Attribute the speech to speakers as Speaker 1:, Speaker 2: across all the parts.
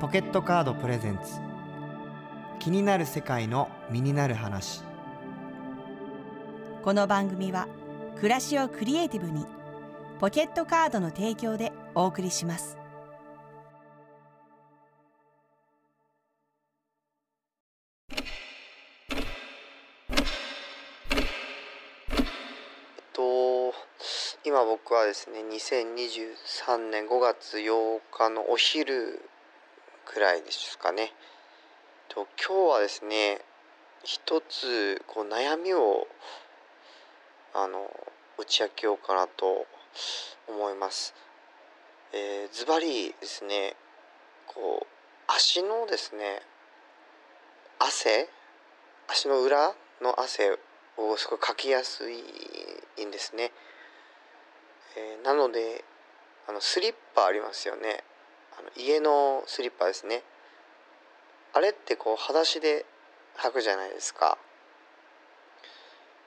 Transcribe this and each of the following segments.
Speaker 1: ポケットカードプレゼンツ気になる世界の身になる話
Speaker 2: この番組は暮らしをクリエイティブにポケットカードの提供でお送りします
Speaker 3: えっと今僕はですね2023年5月8日のお昼くらいですかねえっと今日はですね一つこう悩みをあの打ち明けようかなと思いますえーズバリですねこう足のですね汗足の裏の汗をすごいかきやすいんですね、えーなのであのスリッパありますよねあの家のスリッパですねあれってこう裸足で履くじゃないですか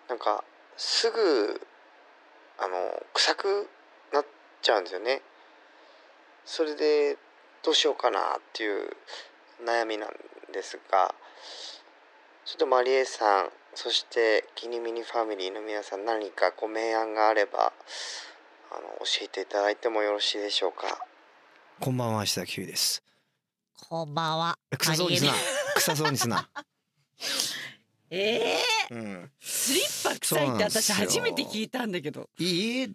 Speaker 3: なんかすぐあの臭くなっちゃうんですよねそれでどうしようかなっていう悩みなんですがちょっとマリエさん、そしてキニミニファミリーの皆さん、何かご明暗があれば、あの教えていただいてもよろしいでしょうか。
Speaker 1: こんばんは石田キュウです
Speaker 4: こんばんは。
Speaker 1: え臭そうにすな
Speaker 4: あり
Speaker 1: 臭そうに すな
Speaker 4: ええ
Speaker 1: うん
Speaker 4: スリッパ
Speaker 1: そ
Speaker 4: 臭
Speaker 1: うないん
Speaker 4: っ
Speaker 1: で
Speaker 4: て
Speaker 1: す
Speaker 4: 私
Speaker 1: よ
Speaker 4: 初めて聞いたんだけど。
Speaker 1: いい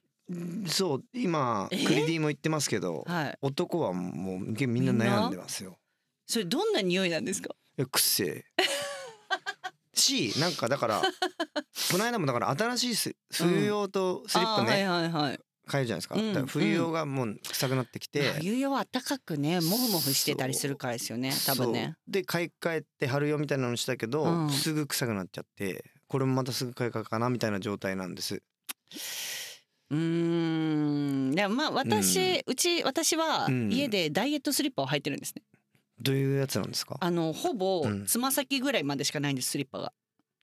Speaker 1: そう今ク
Speaker 4: え
Speaker 1: リディも言ってますけど
Speaker 4: はい。
Speaker 1: 男はもうみんな悩んでますよ
Speaker 4: それどんな匂いなんですか。
Speaker 1: えくっせえしなんかだから この間もだから新しいス冬用とスリッパね、
Speaker 4: あーはいはいはい。
Speaker 1: 買えるじゃないですか,、
Speaker 4: うん
Speaker 1: だから冬用がもう臭くなってきて、
Speaker 4: 冬用は暖かくね、もふもふしてたりするからですよね。多分ね。
Speaker 1: そうで買い替えて春用みたいなのにしたけど、
Speaker 4: うん
Speaker 1: すぐ臭くなっちゃってこれもまたすぐ買い替えかなみたいな状態なんです
Speaker 4: うーん。でもまあ私、
Speaker 1: う
Speaker 4: うち私は
Speaker 1: うん
Speaker 4: 家でダイエットスリッパを履いてるんですね。
Speaker 1: どういうやつなんですか
Speaker 4: あのほぼ
Speaker 1: うん
Speaker 4: つま先ぐらいまでしかないんですスリッパが。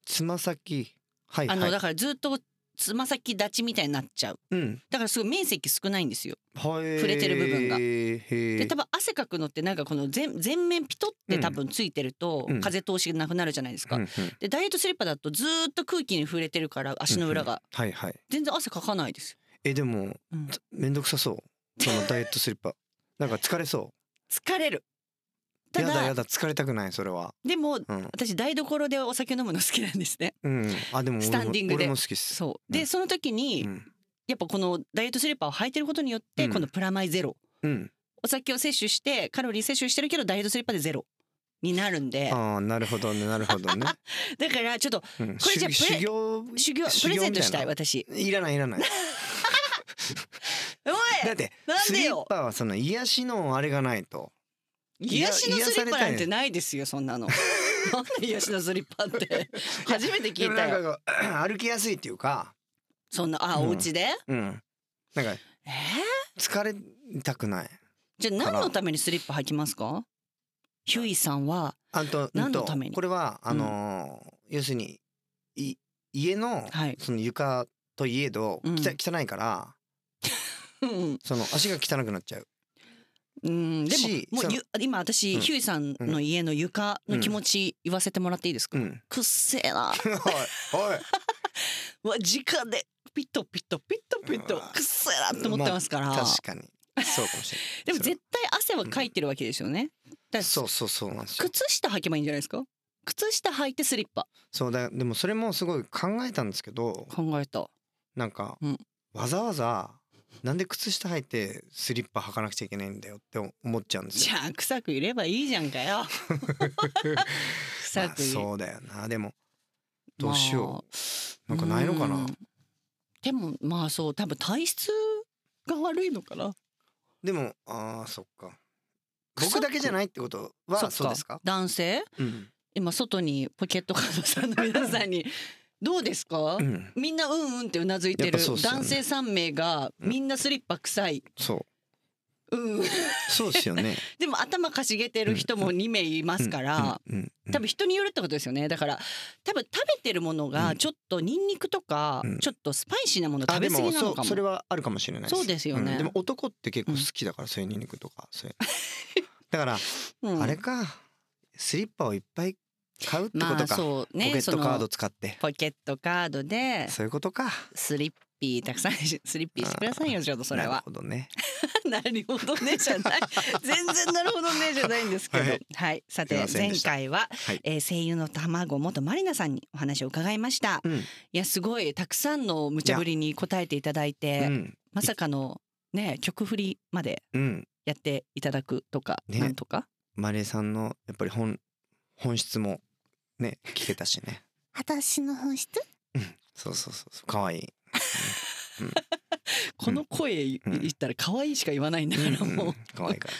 Speaker 1: つま先はいは
Speaker 4: あ
Speaker 1: い
Speaker 4: のだからずっとつま先立ちみたいになっちゃう。
Speaker 1: うん
Speaker 4: だからすごい面積少ないんですよ。
Speaker 1: はい
Speaker 4: 触れてる部分が
Speaker 1: で
Speaker 4: で多分汗かくのってなんかこの全全面ピトって多分ついてると
Speaker 1: うん
Speaker 4: 風通しがなくなるじゃないですか。
Speaker 1: うんうん、
Speaker 4: でダイエットスリッパだとずーっと空気に触れてるから足の裏
Speaker 1: うんうん
Speaker 4: が
Speaker 1: はいはい
Speaker 4: 全然汗かかないですよ。
Speaker 1: えでも
Speaker 4: うん
Speaker 1: めんどくさそうそのダイエットスリッ パなんか疲れそ
Speaker 4: 疲れる。
Speaker 1: う
Speaker 4: た
Speaker 1: やだや
Speaker 4: だ
Speaker 1: だ疲れたくないそれは
Speaker 4: でも
Speaker 1: うん、
Speaker 4: 私台所でお酒飲むの好きなんですね。
Speaker 1: うん、あでも俺も
Speaker 4: スタンディングで
Speaker 1: 俺も好きっす
Speaker 4: そう
Speaker 1: う
Speaker 4: で
Speaker 1: ん
Speaker 4: その時に
Speaker 1: うん、
Speaker 4: やっぱこのダイエットスリッパを履いてることによっ
Speaker 1: う
Speaker 4: て
Speaker 1: ん
Speaker 4: このプラマイゼロ
Speaker 1: うん、
Speaker 4: お酒を摂取してカロリー摂取してるけどダイエットスリッパでゼロになるんで
Speaker 1: ああなるほどねなるほどね、
Speaker 4: だからちょっと
Speaker 1: うん、
Speaker 4: これじゃあ
Speaker 1: 修
Speaker 4: プレ
Speaker 1: 修行
Speaker 4: 修行
Speaker 1: 修
Speaker 4: プ
Speaker 1: 行
Speaker 4: レゼント
Speaker 1: み
Speaker 4: し
Speaker 1: た
Speaker 4: たい
Speaker 1: いな
Speaker 4: 私。
Speaker 1: いらないいらない
Speaker 4: おい
Speaker 1: だって
Speaker 4: なん
Speaker 1: ス
Speaker 4: で
Speaker 1: リッ
Speaker 4: よ
Speaker 1: パはその癒しのあれがないと
Speaker 4: 癒しのスリッパなんて
Speaker 1: 癒
Speaker 4: ないですよそんな の。なんで癒しのスリッパって初めて聞
Speaker 1: でも
Speaker 4: いた
Speaker 1: なん
Speaker 4: よ。
Speaker 1: かこう 歩きやすいっていうか
Speaker 4: そんなあ
Speaker 1: うん
Speaker 4: お家で？
Speaker 1: うんなんか
Speaker 4: えー
Speaker 1: 疲れたくない
Speaker 4: じゃあ何のためにスリッパ履きますか？ヒュイさんは
Speaker 1: あと
Speaker 4: 何の
Speaker 1: うんと
Speaker 4: ために
Speaker 1: これはあのー要するにい家の
Speaker 4: はい
Speaker 1: その床といえど、
Speaker 4: うん
Speaker 1: きた汚いから
Speaker 4: うん
Speaker 1: その足が汚くなっちゃう
Speaker 4: うんで
Speaker 1: し
Speaker 4: もも
Speaker 1: そうの
Speaker 4: ゆ今私、
Speaker 1: うん
Speaker 4: ヒュイさんの家の床の気持ち言わせてもらっていいですか？
Speaker 1: うん
Speaker 4: くっせ えな。
Speaker 1: おいおい
Speaker 4: うわ直でピトピトピトピ
Speaker 1: う
Speaker 4: ト
Speaker 1: わ
Speaker 4: くっせえなって思ってますから。
Speaker 1: 確かにそうかもしれない
Speaker 4: でも
Speaker 1: それ
Speaker 4: 絶対汗はかいてるわけですよね。だから
Speaker 1: そうそうそうなんですよ
Speaker 4: 靴下履けばいいんじゃないですか？靴下履いてスリッパ
Speaker 1: そうだでもそれもすごい考えたんですけど
Speaker 4: 考えた。
Speaker 1: なんか、
Speaker 4: うん
Speaker 1: わざわざなんで靴下履いてスリッパ履かなくちゃいけないんだよって思っちゃうんです
Speaker 4: じ
Speaker 1: よ
Speaker 4: ゃあ臭くいればいいじゃんかよ。
Speaker 1: まあ
Speaker 4: 臭くいれ
Speaker 1: そうだよなでもどうしよう、
Speaker 4: まあ
Speaker 1: なんかないのかな
Speaker 4: うんでもまあそう多分体質が悪いのかな。
Speaker 1: でもあーそっか
Speaker 4: 臭く
Speaker 1: 僕だけじゃないってこと
Speaker 4: そっ
Speaker 1: は
Speaker 4: か
Speaker 1: そうですか、
Speaker 4: 男性
Speaker 1: うん
Speaker 4: 今外にポケットカードさんの皆さんにどうですか、
Speaker 1: うん、
Speaker 4: みんなうんうんってうなずいて
Speaker 1: やっ
Speaker 4: る
Speaker 1: ぱそうっすよね
Speaker 4: 男性3名がみんなスリッパ臭い、
Speaker 1: そう
Speaker 4: うんうん、
Speaker 1: そうですよね
Speaker 4: でも頭かしげてる人も2名い ますから、
Speaker 1: うんうんうん
Speaker 4: 多分人によるってことですよねだから多分食べてるもの
Speaker 1: う
Speaker 4: が
Speaker 1: ん
Speaker 4: ちょっとニンニクとか、
Speaker 1: うん
Speaker 4: ちょっとスパイシーなもの
Speaker 1: あ
Speaker 4: 食べ過ぎなの
Speaker 1: で
Speaker 4: か
Speaker 1: もそう
Speaker 4: も
Speaker 1: それはあるかもしれない
Speaker 4: そうですよね
Speaker 1: んでも男って結構好きだから、そういうニンニクとかそういうだから、
Speaker 4: うん
Speaker 1: あれかスリッパをいっぱい買うってこ
Speaker 4: ま
Speaker 1: と
Speaker 4: あ
Speaker 1: か、ポ
Speaker 4: そう
Speaker 1: ケ
Speaker 4: ね
Speaker 1: ットカー
Speaker 4: そ
Speaker 1: ド
Speaker 4: の
Speaker 1: 使って
Speaker 4: ポケットカードで
Speaker 1: そういうことか
Speaker 4: スリッピーたくさんスリッピーしてくださいよちょっとそれ
Speaker 1: なる
Speaker 4: は
Speaker 1: ほどね
Speaker 4: なるほどねじゃない全然なるほどねじゃないんですけど
Speaker 1: は
Speaker 4: はいい、さ
Speaker 1: すい
Speaker 4: て
Speaker 1: ません
Speaker 4: 前
Speaker 1: でした
Speaker 4: 回は、
Speaker 1: はい
Speaker 4: えー声優の卵元まりなさんにお話を伺いました
Speaker 1: うん、
Speaker 4: いやすごいたくさんの無茶ぶりに答えていただいて、
Speaker 1: うん
Speaker 4: まさかのね曲振りまで
Speaker 1: うん
Speaker 4: やっていただくとか、
Speaker 1: ね
Speaker 4: なんとか
Speaker 1: マレーさんのやっぱり本本質もね聞けたし ね
Speaker 5: 私の本質
Speaker 1: そうそうそうそう可愛い
Speaker 4: この声い
Speaker 1: うん
Speaker 4: 言ったら可愛いしか言わないんだ
Speaker 1: う
Speaker 4: か
Speaker 1: ん
Speaker 4: らもう、
Speaker 1: うん可愛いから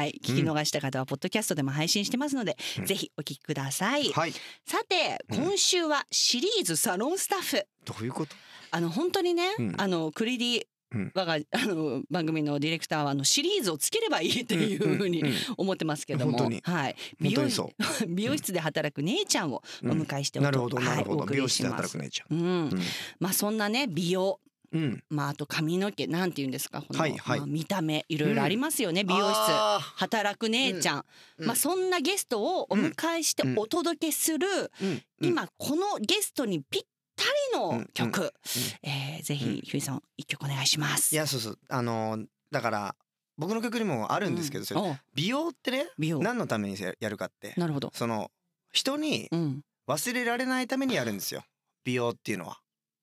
Speaker 4: はい聞き逃した方はポッドキャストでも配信してますので、
Speaker 1: うん
Speaker 4: ぜひお聞きください、
Speaker 1: はい
Speaker 4: さて
Speaker 1: うん
Speaker 4: 今週はシリーズサロンスタッフ
Speaker 1: どういうこと
Speaker 4: あの本当にね、
Speaker 1: うん
Speaker 4: あのクリディ
Speaker 1: うん
Speaker 4: 我があの番組のディレクターはあのシリーズをつければいいっていうふうに
Speaker 1: んんん
Speaker 4: 思ってますけども、
Speaker 1: 本当に
Speaker 4: はい、
Speaker 1: 本
Speaker 4: 美
Speaker 1: 当
Speaker 4: 容
Speaker 1: に
Speaker 4: 室
Speaker 1: そ
Speaker 4: 美容室で働く姉ちゃんを
Speaker 1: う、
Speaker 4: お
Speaker 1: うん、
Speaker 4: 迎えしてお,、
Speaker 1: なるほどな
Speaker 4: は
Speaker 1: る
Speaker 4: い、
Speaker 1: ほ
Speaker 4: お
Speaker 1: ど、
Speaker 4: 送
Speaker 1: 美容
Speaker 4: りし
Speaker 1: 室で
Speaker 4: ま
Speaker 1: 働く
Speaker 4: す。
Speaker 1: 姉ちゃ
Speaker 4: うん
Speaker 1: ん、うん
Speaker 4: まあそんなね美容
Speaker 1: うん、
Speaker 4: まああと髪の毛なんて言うんですかこの、
Speaker 1: はいはい
Speaker 4: まあ見た目いろいろありますよね、美容室
Speaker 1: あ
Speaker 4: 働く姉ちゃん、
Speaker 1: うん
Speaker 4: まあそんなゲストをお迎えして
Speaker 1: うん
Speaker 4: お届けする、
Speaker 1: ーうんうん
Speaker 4: 今このゲストにぴったりの曲、えーぜ
Speaker 1: うん
Speaker 4: ひひゅういさん一曲お願いします。
Speaker 1: いやそうそうあのーだから僕の曲にもあ
Speaker 4: う
Speaker 1: るんですけど、それ
Speaker 4: お
Speaker 1: 美容ってね
Speaker 4: 美容な
Speaker 1: 何のためにやるかって
Speaker 4: るほど。
Speaker 1: その人に
Speaker 4: うん、
Speaker 1: 忘れられないためにやるんですよ美容っていうのは、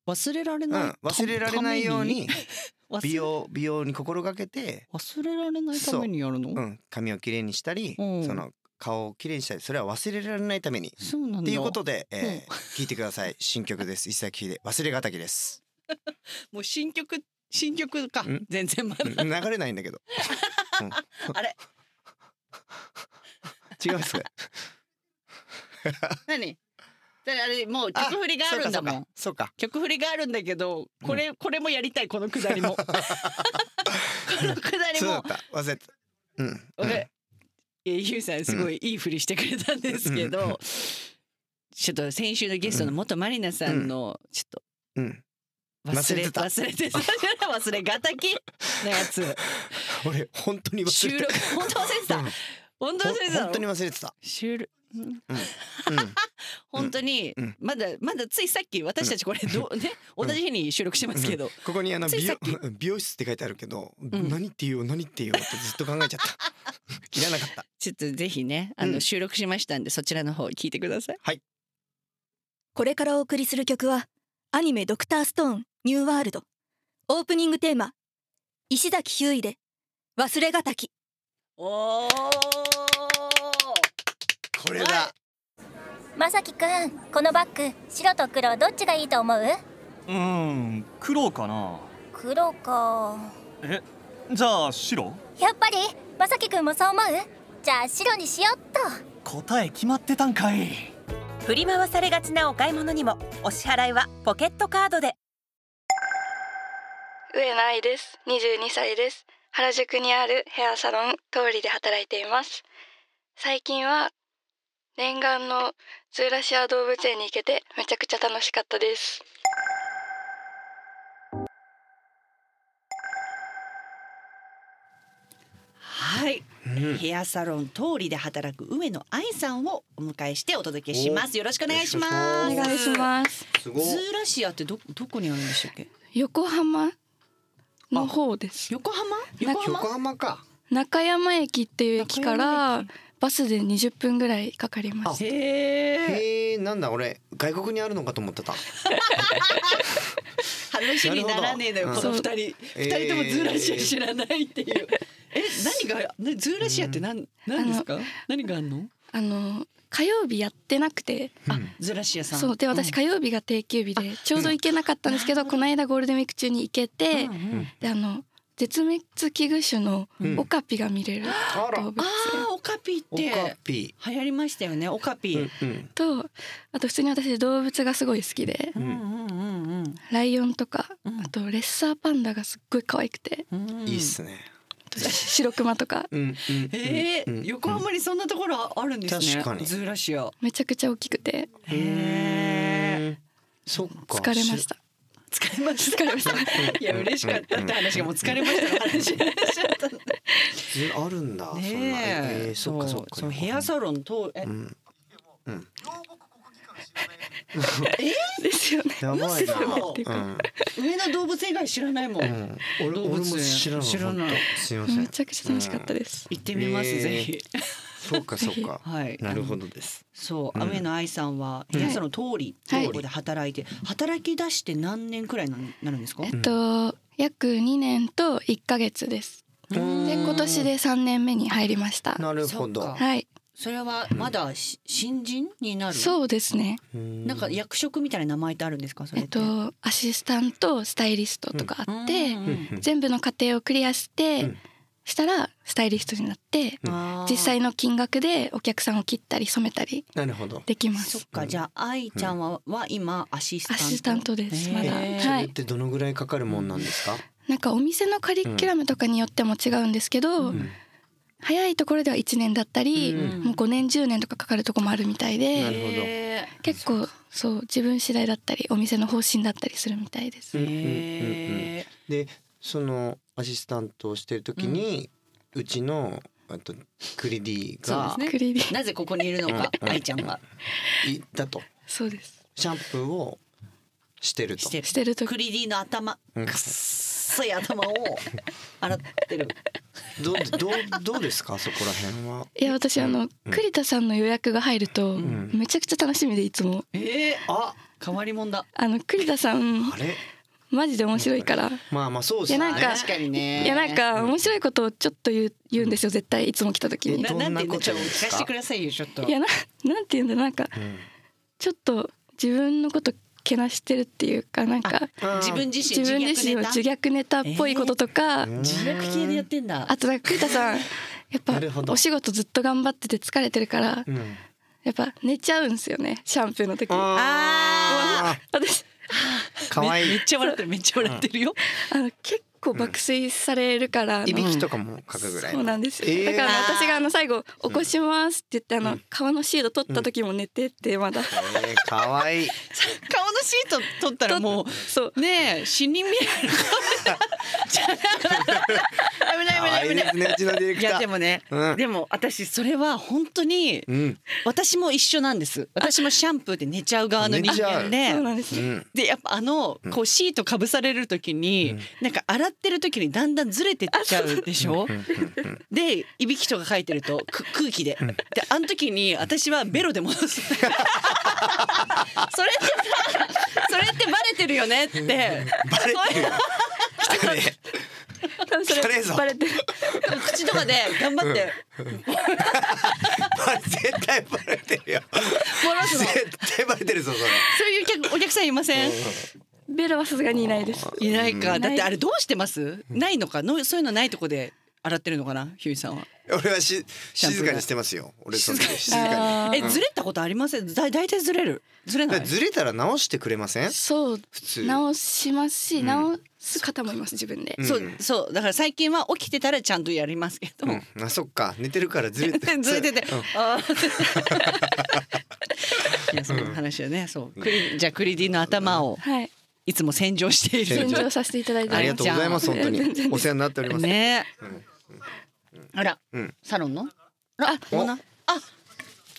Speaker 4: 忘れられ
Speaker 1: う
Speaker 4: ない、
Speaker 1: ん、忘れられないように
Speaker 4: 忘れ
Speaker 1: 美容美容に心がけて、
Speaker 4: 忘れられないためにやるの。
Speaker 1: う、
Speaker 4: そうん
Speaker 1: 髪をきれいにしたり、
Speaker 4: うん
Speaker 1: その顔をきれいにしたりそれは忘れられないために
Speaker 4: なんだ。
Speaker 1: っていうことで、えー聞いてください新曲です一切聞いて忘れがたきです
Speaker 4: もう新曲新曲か
Speaker 1: ん
Speaker 4: 全 然まだ
Speaker 1: うん流れないんだけど、うん
Speaker 4: あれ
Speaker 1: 違うっす ね
Speaker 4: 何？だからあれもう曲振りがあるんだもん。
Speaker 1: そうか
Speaker 4: 曲振りがあるんだけどこれ、これもやりたいこのくだりもこ のくだり
Speaker 1: そうかそうだっ
Speaker 4: も。
Speaker 1: た忘れてたうん、うん
Speaker 4: 俺、えーゆうさんすごいいいふりしてくれたんですけど、
Speaker 1: うん
Speaker 4: ちょっと先週のゲストの元まりなさんのちょっ
Speaker 1: うん、
Speaker 4: と忘
Speaker 1: 忘れ
Speaker 4: れ
Speaker 1: てた
Speaker 4: 忘れてた忘れがたきのやつ
Speaker 1: 俺本当に忘
Speaker 4: 収
Speaker 1: れて
Speaker 4: 録本当忘れてた
Speaker 1: うん
Speaker 4: 本当
Speaker 1: た
Speaker 4: 忘れてた
Speaker 1: 本当に
Speaker 4: の
Speaker 1: 忘れてた、
Speaker 4: 収録うん
Speaker 1: うん
Speaker 4: 本当に
Speaker 1: うん
Speaker 4: まだまだついさっき私たちこれどうね
Speaker 1: う
Speaker 4: 同
Speaker 1: ん
Speaker 4: じ日に収録してますけど
Speaker 1: ここにあの
Speaker 4: つい
Speaker 1: 美
Speaker 4: さ
Speaker 1: 容
Speaker 4: っき
Speaker 1: 美容室って書いてあるけど、
Speaker 4: ん
Speaker 1: 何って言おう何って言おうってずっと考えちゃった いらなかった
Speaker 4: ちょっとぜひねあ
Speaker 1: うん
Speaker 4: の収録しましたんでそちらの方聞いてください
Speaker 6: これからお送りする曲はアニメ「ドクターストーンニューワールド」オープニングテーマ石崎ひゅーいで「忘れがたき」
Speaker 4: おお
Speaker 1: これだ、
Speaker 4: は
Speaker 7: まさきくんこのバッグ白と黒どっちがいいと思う
Speaker 8: うーん黒かな
Speaker 7: 黒か
Speaker 8: じゃあ白
Speaker 7: やっぱりまさきくんもそう思うじゃあ白にしよっと
Speaker 8: 答え決まってたんかい
Speaker 9: 振り回されがちなお買い物にもお支払いはポケットカードで
Speaker 10: 上野愛です22歳です原宿にあるヘアサロン通りで働いています最近は念願のズーラシア動物園に行けてめちゃくちゃ楽しかったです
Speaker 4: はい
Speaker 1: うん
Speaker 4: ヘアサロン通りで働く上野愛さんをお迎えしてお届けします。よろしくお願いします。
Speaker 10: お願いします
Speaker 1: す
Speaker 4: ズーラシアってどどこにあるんでしたっけ？
Speaker 10: 横浜の方です
Speaker 4: 横浜？
Speaker 10: な
Speaker 4: 横浜？
Speaker 1: 横浜か
Speaker 10: 中山駅っていう駅か
Speaker 4: 中山
Speaker 10: らバスで20分ぐらいかかります
Speaker 4: へえ。
Speaker 1: へえなんだ俺外国にあるのかと思ってた
Speaker 4: 話にならねえのよ
Speaker 1: なるほ
Speaker 4: こ
Speaker 10: ど
Speaker 4: の二人。二、人ともズーラシア知らないっていう。え何がねズーラシアってなん何ですか？何があんの？
Speaker 10: あの火曜日やってなくて
Speaker 1: あ
Speaker 4: ズーラシアさん。
Speaker 10: そうで私火曜日が定休日でちょうど行けなかったんですけどこの間ゴールデンウィーク中に行けて
Speaker 4: うんうん
Speaker 10: であの絶滅危惧種の
Speaker 1: うん
Speaker 10: オカピが見れる
Speaker 1: あら
Speaker 10: 動物
Speaker 4: あ
Speaker 10: 園
Speaker 4: あオカピっ
Speaker 1: オカ
Speaker 4: て
Speaker 1: ピ
Speaker 4: 流行りましたよねオカピ。
Speaker 1: うんうん
Speaker 10: とあと普通に私動物がすごい好きで
Speaker 1: ん
Speaker 4: うんうん
Speaker 10: ライオンとか
Speaker 4: うん
Speaker 10: あとレッサーパンダがすっごい可愛くて
Speaker 4: うんうん。
Speaker 1: いいっすね
Speaker 10: あと白クマとか
Speaker 1: うんうん
Speaker 4: ええ
Speaker 1: うんうん
Speaker 4: 横浜にそんなところあるんですね。
Speaker 1: 確かに
Speaker 4: ズーラシア。
Speaker 10: めちゃくちゃ大きくて
Speaker 1: うん
Speaker 4: へえ。
Speaker 1: そっか
Speaker 10: 疲れました
Speaker 4: 疲れました
Speaker 10: 疲れました
Speaker 4: いや嬉しかったって話がもう疲れましたの話になっちゃったんだ
Speaker 1: えあるんだそんなえーそっかそっか
Speaker 4: うヘアサロンとえ
Speaker 1: うんうん
Speaker 10: ですよね
Speaker 1: やばいな
Speaker 4: 嘘
Speaker 1: うん
Speaker 4: 上野動物以外知らないもん、
Speaker 1: うん俺
Speaker 4: 動物
Speaker 1: 俺も
Speaker 4: 園
Speaker 1: 知らな
Speaker 4: 知らない
Speaker 1: いすみませ
Speaker 10: め
Speaker 1: ん
Speaker 10: ちゃくちゃ楽しかったです、
Speaker 4: 行ってみます、
Speaker 1: えー
Speaker 4: ぜひ
Speaker 1: そうかそう か
Speaker 4: はい
Speaker 1: なるほどです
Speaker 4: そう、
Speaker 1: うん
Speaker 4: 雨の愛さんは
Speaker 1: うん
Speaker 4: ヘアサロン通りと
Speaker 10: はい
Speaker 4: いうとこで働いて、働き出して何年くらいになるんですか、
Speaker 10: えっと約2年と1ヶ月です
Speaker 1: うーん
Speaker 10: で今年で3年目に入りました
Speaker 1: なるほど
Speaker 4: そっか
Speaker 10: はい
Speaker 4: それはまだし新人になる
Speaker 10: そうですね
Speaker 1: うん
Speaker 4: なんか役職みたいな名前ってあるんですかそれ
Speaker 10: え
Speaker 4: っ、
Speaker 10: ってとアシスタントスタイリストとかあって、
Speaker 4: うん
Speaker 1: うんうん
Speaker 10: 全部の過程をクリアして、
Speaker 1: うん
Speaker 10: したらスタイリストになって
Speaker 1: うん
Speaker 4: あー
Speaker 10: 実際の金額でお客さんを切ったり染めたり
Speaker 1: なるほど
Speaker 10: できま
Speaker 4: そっ
Speaker 10: す
Speaker 4: かじゃあ愛ちゃんは、は今アシスタ
Speaker 10: ア
Speaker 4: ント
Speaker 10: シスタントですまだ
Speaker 4: へー
Speaker 1: そ
Speaker 10: は
Speaker 1: れっ
Speaker 10: い
Speaker 1: てどのぐらいかかるもんなんですか
Speaker 10: なんかお店のカリキュラムとかによっても違うんですけど、
Speaker 4: うん
Speaker 10: 早いところでは1年だったり、
Speaker 1: うん
Speaker 10: もう5年10年とかかかるとこもあるみたい
Speaker 1: なる
Speaker 10: で
Speaker 1: ほど
Speaker 4: へ
Speaker 10: 結構そう自分次第だったりお店の方針だったりするみたいです、
Speaker 4: ー
Speaker 1: うんうんうんうん
Speaker 4: へ
Speaker 1: でそのアシスタントをしてる時にうちのあとクリディ
Speaker 4: ーそうで
Speaker 1: が
Speaker 4: すね
Speaker 10: クリーディ
Speaker 4: ーなぜここにいるのか
Speaker 1: うん
Speaker 4: 愛ちゃんが
Speaker 1: 行ったと
Speaker 10: そうです
Speaker 1: シャンプーをしてると
Speaker 4: してる
Speaker 10: してると
Speaker 4: クリディの頭
Speaker 1: うん
Speaker 4: くっそい頭を洗ってる
Speaker 1: どうどうどうですかそこら辺はい
Speaker 10: や私あの
Speaker 1: うん
Speaker 10: 栗田さんの予約が入ると
Speaker 1: ん
Speaker 10: めちゃくちゃ楽しみでいつも
Speaker 4: えー、あ変わり者だ
Speaker 10: あの栗田さん
Speaker 1: あれ
Speaker 10: マジで面白いから
Speaker 1: まあまあそうですよね
Speaker 10: いやなんか
Speaker 4: 確かにね
Speaker 10: いやなんか面白いことをちょっと言う言うんですよ絶対いつも来た時に
Speaker 1: えどんな
Speaker 4: なんて言うんだちょっと
Speaker 1: ことです
Speaker 4: 聞
Speaker 1: か
Speaker 4: かせてくださいよちょっと
Speaker 10: いやななんて言うんだなんか
Speaker 1: うん
Speaker 10: ちょっと自分のことけなしてるっていうかなんか
Speaker 4: 自分自身
Speaker 10: 自分自身を自
Speaker 4: 自虐ネ
Speaker 10: 虐ネタっぽいこととか、
Speaker 1: うん
Speaker 4: タ自虐系でやってんだ
Speaker 10: あとなんか栗田さんやっぱ
Speaker 1: なるほど
Speaker 10: お仕事ずっと頑張ってて疲れてるから
Speaker 1: うん
Speaker 10: やっぱ寝ちゃうんですよねシャンプーの時
Speaker 1: あ
Speaker 10: 私
Speaker 1: ーかわい
Speaker 4: め
Speaker 1: い
Speaker 4: っちゃ笑ってるめっちゃ笑ってるよ、
Speaker 10: あの結構爆睡されるから、あの
Speaker 1: いびきとかもかくぐらい
Speaker 10: そうなんですよ、
Speaker 1: えー
Speaker 10: だから
Speaker 4: あー
Speaker 10: 私があの最後「起こします」って言ってあの、
Speaker 1: うん
Speaker 10: 川のシード取った時も寝てってまだ、
Speaker 1: えーかわいい
Speaker 4: 顔のシート取ったら も
Speaker 10: そう
Speaker 4: うねえ死人みた いな
Speaker 1: かわ
Speaker 4: 顔で危ない
Speaker 1: い
Speaker 4: 危
Speaker 1: いで
Speaker 4: ない危
Speaker 1: すねうちのディレ
Speaker 4: ない
Speaker 1: ク
Speaker 4: い
Speaker 1: タ
Speaker 4: やで
Speaker 1: ー
Speaker 4: もね
Speaker 1: うん
Speaker 4: でも私それは本当に
Speaker 1: うん
Speaker 4: 私も一緒なんです私もシャンプーで寝ちゃう側の人間
Speaker 1: 寝
Speaker 10: そうな
Speaker 4: で
Speaker 10: んです
Speaker 1: う
Speaker 10: よ、
Speaker 1: ん
Speaker 4: でやっぱあの
Speaker 1: うん
Speaker 4: こうシートかぶされる時
Speaker 1: う
Speaker 4: に
Speaker 1: ん
Speaker 4: なんか洗ってる時にだんだんずれてっちゃうでしょ
Speaker 1: うんうんうん
Speaker 4: でいびきとか書いて るとく空気で
Speaker 1: うん
Speaker 4: であの時に私はベロで戻すそれってさそれってバレてるよねって
Speaker 1: バレてるよ来たね
Speaker 10: 多分そ
Speaker 1: 疲れ
Speaker 10: れ
Speaker 1: ぞ
Speaker 10: バレてる
Speaker 4: 口とかで頑張って
Speaker 1: バレ絶対バレてるよ
Speaker 4: 戻すの
Speaker 1: 絶対バレてるぞそれ
Speaker 4: そういうお客お客さんいません
Speaker 10: ベロはさすがにいないです
Speaker 4: いないか、
Speaker 10: ん
Speaker 4: だってあれどうしてます？ないのか、のそういうのないとこで洗ってるのかな、ひゅーいさんは。
Speaker 1: 俺はし
Speaker 4: シャンプー
Speaker 1: 静
Speaker 4: が
Speaker 1: かにしてますよ俺その時静か
Speaker 10: あ
Speaker 4: え、
Speaker 10: ー
Speaker 4: ずれたことありません。だ大体ずれる。ずれ
Speaker 1: に
Speaker 4: な
Speaker 1: だ
Speaker 4: い
Speaker 1: から。ずれたら直してくれません
Speaker 10: そう
Speaker 1: 普通
Speaker 10: 直しますし、
Speaker 1: うん
Speaker 10: 直す方もいます自分で、
Speaker 1: ん
Speaker 4: そうそうだから最近は起きてたらちゃんとやりますけど、
Speaker 1: うん、あそっか寝てるから ずれて
Speaker 4: ずれてて
Speaker 1: うん、
Speaker 4: あ ーいやその話はねそうクリじゃあクリディの頭を
Speaker 10: はい
Speaker 4: いつも洗浄してい
Speaker 10: 洗
Speaker 4: る
Speaker 10: 浄させていただいて
Speaker 1: ありがとうございます本当
Speaker 10: 全
Speaker 1: に
Speaker 10: 然
Speaker 1: お世話になっております、
Speaker 4: ね
Speaker 1: うん
Speaker 4: あら、
Speaker 1: うん
Speaker 4: サロンのあ
Speaker 1: お
Speaker 4: もうなあ